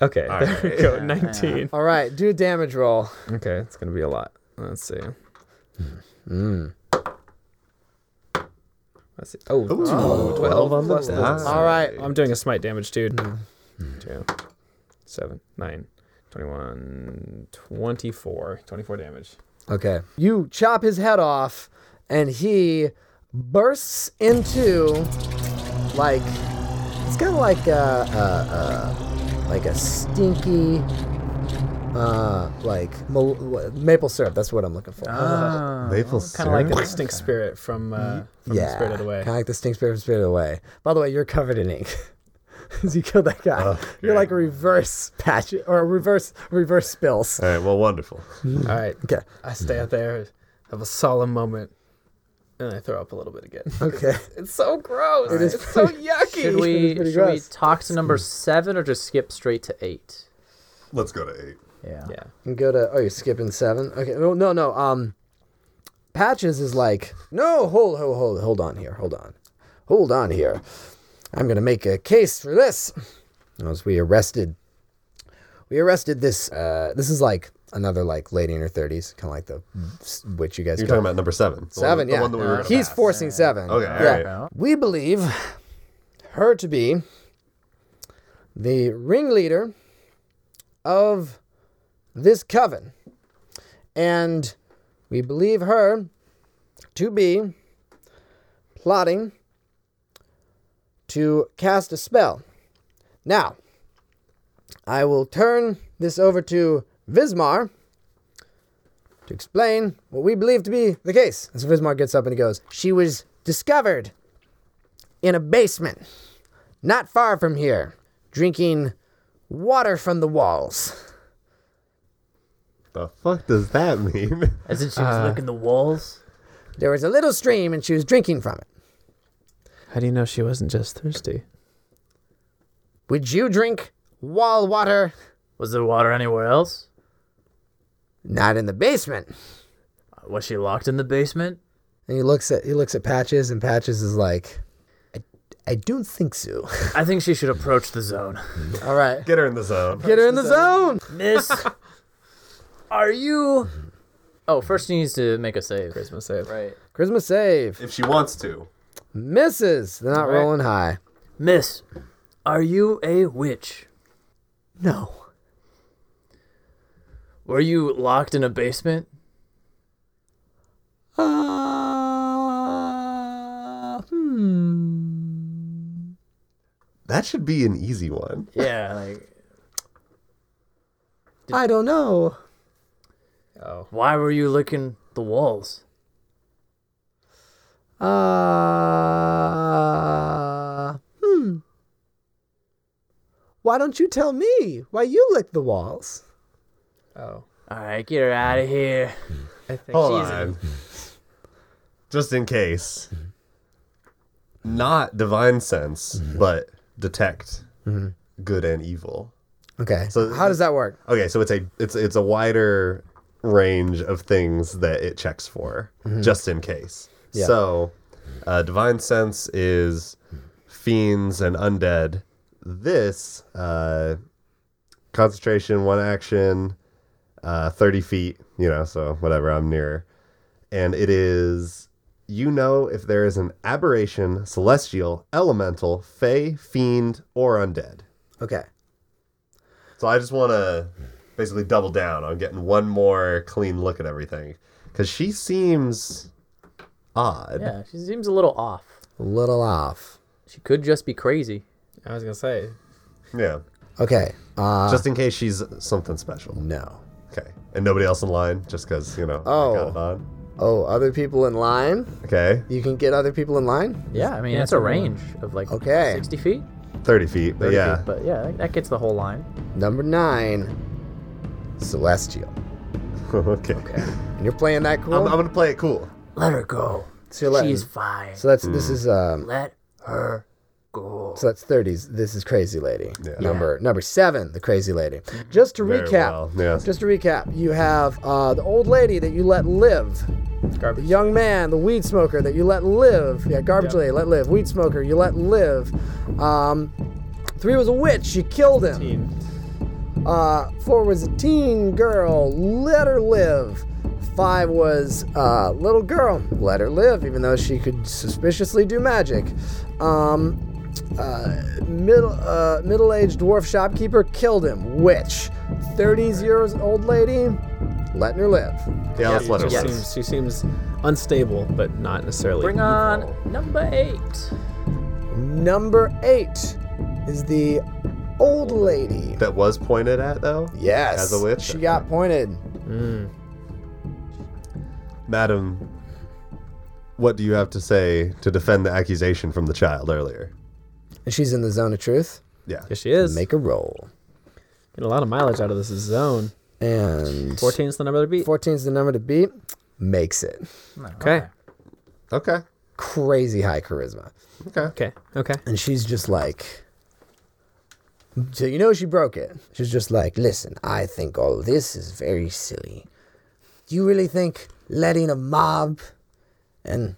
D: Okay, there we go. 19.
B: All right, do a damage roll.
D: Okay, it's gonna be a lot. Let's see. Hmm. Let's see. Oh, oh, 12 plus the-
B: All right.
D: I'm doing a smite damage, dude. Two, seven, nine, 21, 24. 24 damage.
B: Okay. You chop his head off, and he bursts into like it's kind of like a, a, a like a stinky uh like mal- wha- maple syrup. That's what I'm looking for.
C: Maple
D: Kind of like
C: syrup?
D: the distinct spirit from, uh, Ah, from
B: yeah,
D: Spirit of the Way.
B: kind of like the stink spirit of Spirit of the Way. By the way, you're covered in ink. 'Cause you killed that guy.
D: Oh,
B: You're like reverse patch or reverse reverse spills.
C: All right. Well, wonderful.
D: All right.
B: Okay.
D: I stay out there, have a solemn moment, and I throw up a little bit again.
B: Okay.
D: It's so gross.
B: is
D: it's so yucky.
E: Should we
B: pretty
E: should
B: gross.
E: we talk to number seven or just skip straight to eight?
C: Let's go to eight.
E: Yeah.
D: Yeah.
B: And go to oh, you're skipping seven. Okay, no, no, no. Um, Patches is like, no, hold, hold, hold, hold on here, hold on, hold on here. I'm gonna make a case for this. As we arrested, we arrested this. Uh, this is like another like lady in her thirties, kind of like the s- witch you guys.
C: You're
B: call-
C: talking about number seven. The
B: seven,
C: One,
B: yeah.
C: The one that we were gonna
B: He's
C: pass.
B: forcing seven.
C: Okay.
B: Yeah.
C: All right.
E: Okay.
B: We believe her to be the ringleader of this coven. And we believe her to be plotting to cast a spell. Now, I will turn this over to Vismar to explain what we believe to be the case. And so Vismar gets up and he goes, She was discovered in a basement not far from here, drinking water from the walls.
C: The fuck does that mean?
E: As in she was
C: Uh,
E: licking the walls.
B: There was a little stream and she was drinking from it.
D: How do you know she wasn't just thirsty?
B: Would you drink wall water?
E: Was there water anywhere else?
B: Not in the basement.
E: Was she locked in the basement?
B: And he looks at he looks at Patches and Patches is like I, I don't think so.
E: I think she should approach the zone.
B: All right.
C: Get her in the zone.
B: Get her in the zone.
E: Miss, are you? Oh, first she needs to make a save.
D: Christmas save.
E: Right.
B: Christmas save.
C: If she wants to.
B: Misses. They're not
D: All right.
B: rolling high.
E: Miss, are you a witch?
B: No.
E: Were you locked in a basement?
B: Uh hmm.
C: That should be an easy one.
E: Yeah, like
B: I don't know.
D: Oh,
E: why were you licking the walls?
B: Uh, hmm. Why don't you tell me why you lick the walls?
D: Oh,
E: All right, get her out of here.
D: I think
C: Hold
D: she's
C: on. Just in case. Not divine sense, but detect good and evil.
B: Okay.
C: So-
B: how does that work?
C: Okay, so it's a it's it's a wider range of things that it checks for, just in case. So, uh, divine sense is fiends and undead. This uh, concentration, one action, uh, thirty feet. You know, so whatever. I'm near, and it is. You know if there is an aberration, celestial, elemental, fey, fiend, or undead.
B: Okay.
C: So I just want to basically double down on getting one more clean look at everything because she seems odd.
E: Yeah, she seems a little off.
B: Little off.
E: She could just be crazy.
D: I was gonna say
C: Yeah.
B: Okay. Uh,
C: just in case she's something special.
B: no.
C: Okay. And nobody else in line, just because you know. I
B: Oh.
C: got it on.
B: Oh, other people in line?
C: Okay.
B: You can get other people in line?
E: Yeah, I mean
D: Yeah,
E: it's a
D: it's a
E: range of like
B: Okay.
E: sixty feet.
C: Thirty feet. But
E: 30
C: yeah.
E: feet, but yeah, that- that gets the whole line.
B: Number nine, Celestial.
C: okay.
B: And you're playing that cool?
C: I'm, I'm gonna play it cool.
E: Let her go.
B: so, you're letting-
E: She's fine.
B: so that's,
C: Hmm.
B: this is, um,
E: Let her go.
B: so that's 30s. This is Crazy Lady.
C: Yeah.
B: Number, number seven, the Crazy Lady. Just to
C: Very
B: recap,
C: well, yeah.
B: just to recap, you have, uh, the old lady that you let live. The
D: garbage.
B: young man, the weed smoker that you let live. Yeah, garbage lady, let live. Weed smoker, you let live. Um, three was a witch, you killed him.
D: Teen.
B: Uh, four was a teen girl, let her live. Five was uh, little girl, let her live, even though she could suspiciously do magic. Um, uh, middle uh, middle-aged dwarf shopkeeper killed him. Witch, 30s years old lady, letting her live.
C: Yeah, let's let her.
D: She
C: Yes.
D: seems she seems unstable, but not necessarily.
E: Bring on number eight.
B: Number eight is the old lady.
C: That was pointed at though.
B: Yes,
C: As a witch?
B: she got pointed.
C: Madam, what do you have to say to defend the accusation from the child earlier?
B: And she's in the zone of truth.
C: Yeah.
D: Yes, she is.
B: Make a roll.
D: Getting a lot of mileage out of this zone.
B: And
D: 14 is the number to beat.
B: 14 is the number to beat. Makes it.
D: Okay.
C: Okay.
B: Crazy high charisma.
C: Okay.
D: Okay. Okay.
B: And she's just like, so you know she broke it. She's just like, listen, I think all this is very silly. Do you really think letting a mob and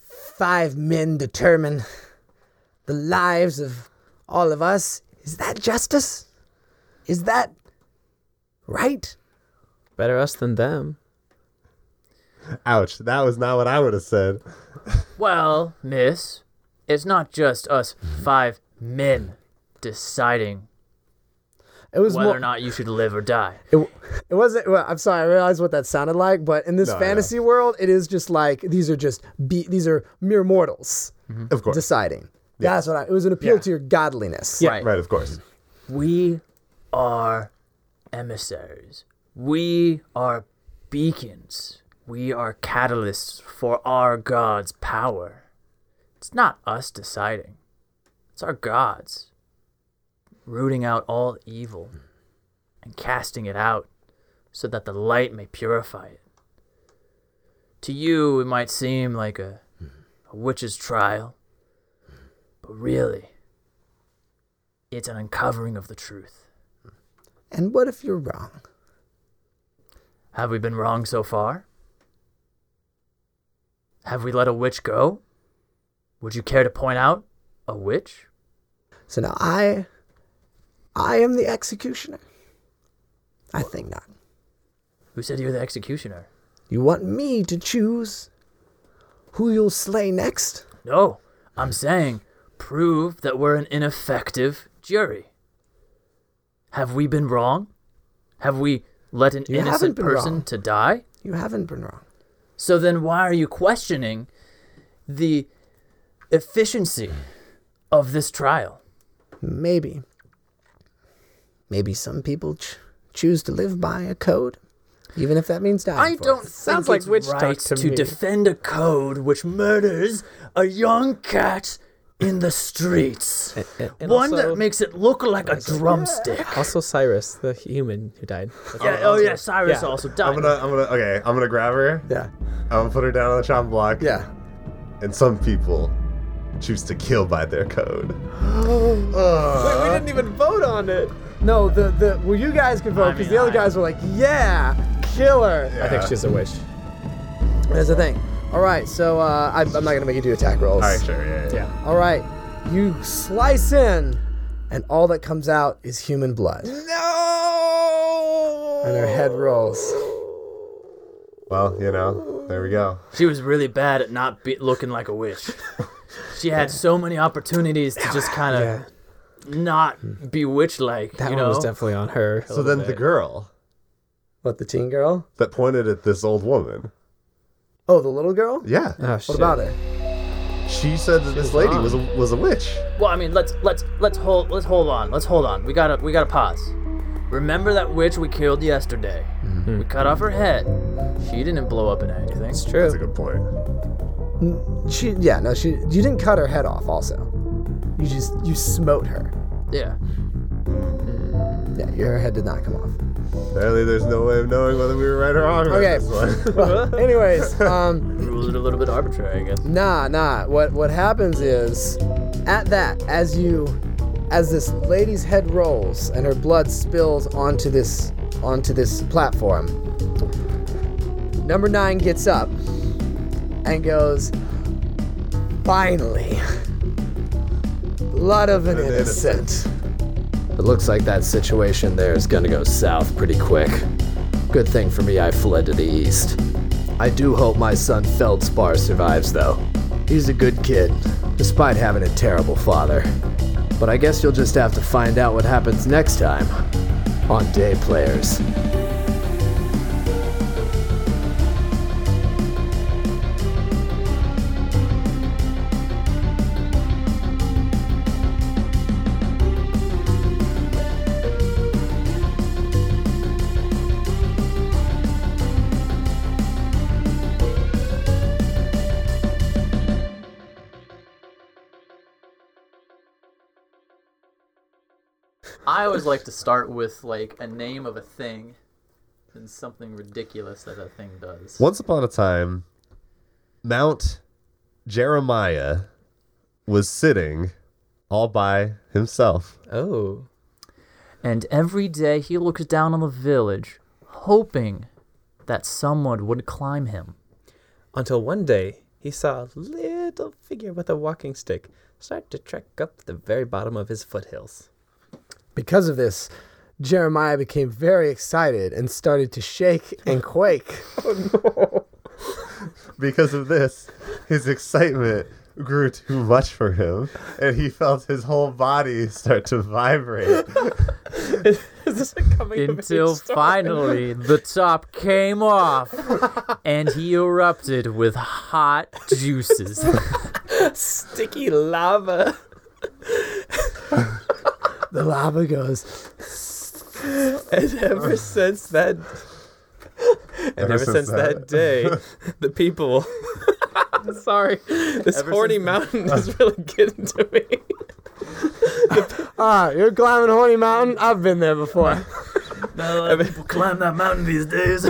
B: five men determine the lives of all of us is that justice? Is that right?
D: Better us than them.
C: Ouch. That was not what I would have said.
E: Well, miss, it's not just us five men deciding
B: It was
E: whether
B: more.
E: or not you should live or die.
B: It, w- it wasn't. Well, I'm sorry. I realized what that sounded like, but in this
C: No, I know.
B: fantasy world, it is just like these are just be, these are mere mortals
C: Of course.
B: deciding. That's what I. It was an appeal to your godliness.
D: Yeah.
C: Right, of course.
E: We are emissaries. We are beacons. We are catalysts for our God's power. It's not us deciding, it's our gods rooting out all evil and casting it out so that the light may purify it. To you, it might seem like a, a witch's trial, but really, it's an uncovering of the truth.
B: And what if you're wrong?
E: Have we been wrong so far? Have we let a witch go? Would you care to point out a witch?
B: So now I, I am the executioner. I think not.
E: Who said you're the executioner?
B: You want me to choose who you'll slay next?
E: No, I'm saying prove that we're an ineffective jury. Have we been wrong? Have we let an
B: You haven't
E: innocent
B: been
E: person
B: wrong.
E: to die?
B: You haven't been wrong.
E: So then why are you questioning the efficiency of this trial.
A: Maybe. Maybe some people ch- choose to live by a code, even if that means dying.
E: I
A: for it.
E: don't
D: Sounds
E: think
D: like
E: it's
D: witch talk
E: right
D: to
E: to,
D: me.
E: defend a code which murders a young cat in the streets.
D: And, and
E: One
D: also,
E: that makes it look like a drumstick.
D: also Cyrus, the human who died.
E: Yeah, oh yeah, Cyrus
D: Yeah.
E: also
C: I'm
E: died.
C: gonna, I'm gonna, okay, I'm gonna grab her.
B: Yeah.
C: I'm gonna put her down on the chopping block.
B: Yeah.
C: And some people choose to kill by their code.
D: we didn't even vote on it.
B: No, the the well, you guys could vote
E: I
B: because
E: mean,
B: the other
E: I-
B: guys were like, yeah, killer.
D: I think she's a witch.
B: That's the thing. All right, so uh, I, I'm not gonna make you do attack rolls.
C: All right, sure, yeah, yeah. yeah.
B: All right, you slice in, and all that comes out is human blood. No. And her head rolls.
C: Well, you know, there we go.
E: She was really bad at not be- looking like a witch. she had so many opportunities to just kind of not be witch like.
D: That
E: you
D: one
E: know?
D: was definitely on her. Oh,
C: So then the girl
B: What the teen girl?
C: that pointed at this old woman.
B: Oh, the little girl.
C: Yeah.
D: Oh,
B: What
D: shit.
B: about her?
C: She said that this lady was a, was a witch.
E: Well, I mean, let's let's let's hold let's hold on. Let's hold on. We gotta we gotta pause. Remember that witch we killed yesterday? We cut off her head. She didn't blow up into anything.
D: It's true.
C: That's a good point.
B: She. Yeah. No. She. You didn't cut her head off. Also, you just you smote her.
E: Yeah.
B: Yeah. Your head did not come off.
C: Apparently, there's no way of knowing whether we were right or wrong. about
B: Okay.
C: this one.
B: Well, anyways, um,
E: Rules it a little bit arbitrary, I guess.
B: nah, nah. What what happens is, at that, as you, as this lady's head rolls and her blood spills onto this onto this platform, number nine gets up and goes, finally, blood of an
C: An
B: innocent.
C: innocent.
A: It looks like that situation there is gonna go south pretty quick. Good thing for me I fled to the east. I do hope my son Feldspar survives, though. He's a good kid, despite having a terrible father. But I guess you'll just have to find out what happens next time on Day Players.
E: I always like to start with like a name of a thing and something ridiculous that a thing does.
C: Once upon a time, Mount Jeremiah was sitting all by himself.
D: Oh.
E: And every day he looks down on the village, hoping that someone would climb him.
D: Until one day, he saw a little figure with a walking stick start to trek up the very bottom of his foothills.
B: Because of this, Jeremiah became very excited and started to shake and quake.
C: Because of this, his excitement grew too much for him, and he felt his whole body start to vibrate.
D: Is this a coming
E: Until finally the top came off and he erupted with hot juices.
D: sticky lava?
B: The lava goes.
D: And ever since that, and ever, since, that, day, the people. Sorry, this horny mountain is really getting to me.
B: Ah, you're climbing Horny Mountain. I've been there before.
E: Not a lot of uh, people climb that mountain these days.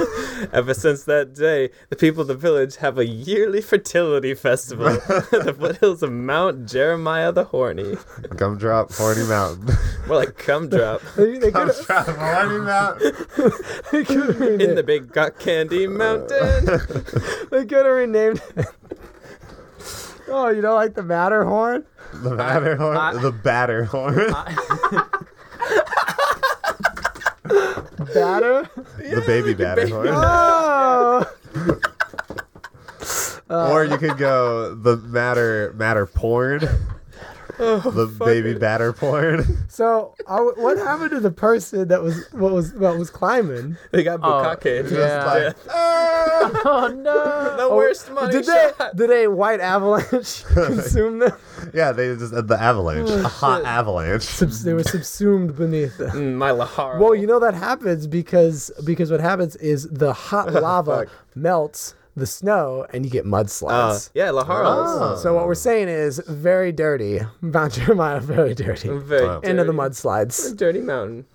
D: Ever since that day, the people of the village have a yearly fertility festival at the foothills of Mount Jeremiah the Horny.
C: Gumdrop, Horny Mountain.
D: More like cum drop
B: They- they could've-
C: Gumdrop, Horny Mountain.
B: They could have renamed,
D: in the big gut candy mountain.
B: they could have renamed it. Oh, you know, like the Matterhorn?
C: The Matterhorn.
E: I-
C: the Batterhorn.
B: Batter?
C: the baby Batterhorn.
B: Oh!
C: or you could go the matter matter porn. the baby batter porn.
B: So, I w what happened to the person that was what was what was climbing?
F: They got
D: Oh,
F: bukake.
E: yeah.
C: like,
E: Oh no!
F: The worst money
B: Did they
F: shot.
B: did a white avalanche consume them?
C: yeah, they just the avalanche, a hot avalanche.
B: Subs- They were subsumed beneath them.
F: Mm, my lahar.
B: Well, you know that happens because because what happens is the hot lava melts the snow and you get
F: Uh,
B: mudslides.
F: yeah, laharls.
B: So what we're saying is very dirty. Mount Jeremiah very dirty.
F: Very
C: Wow.
B: End of the mudslides.
F: Dirty mountain.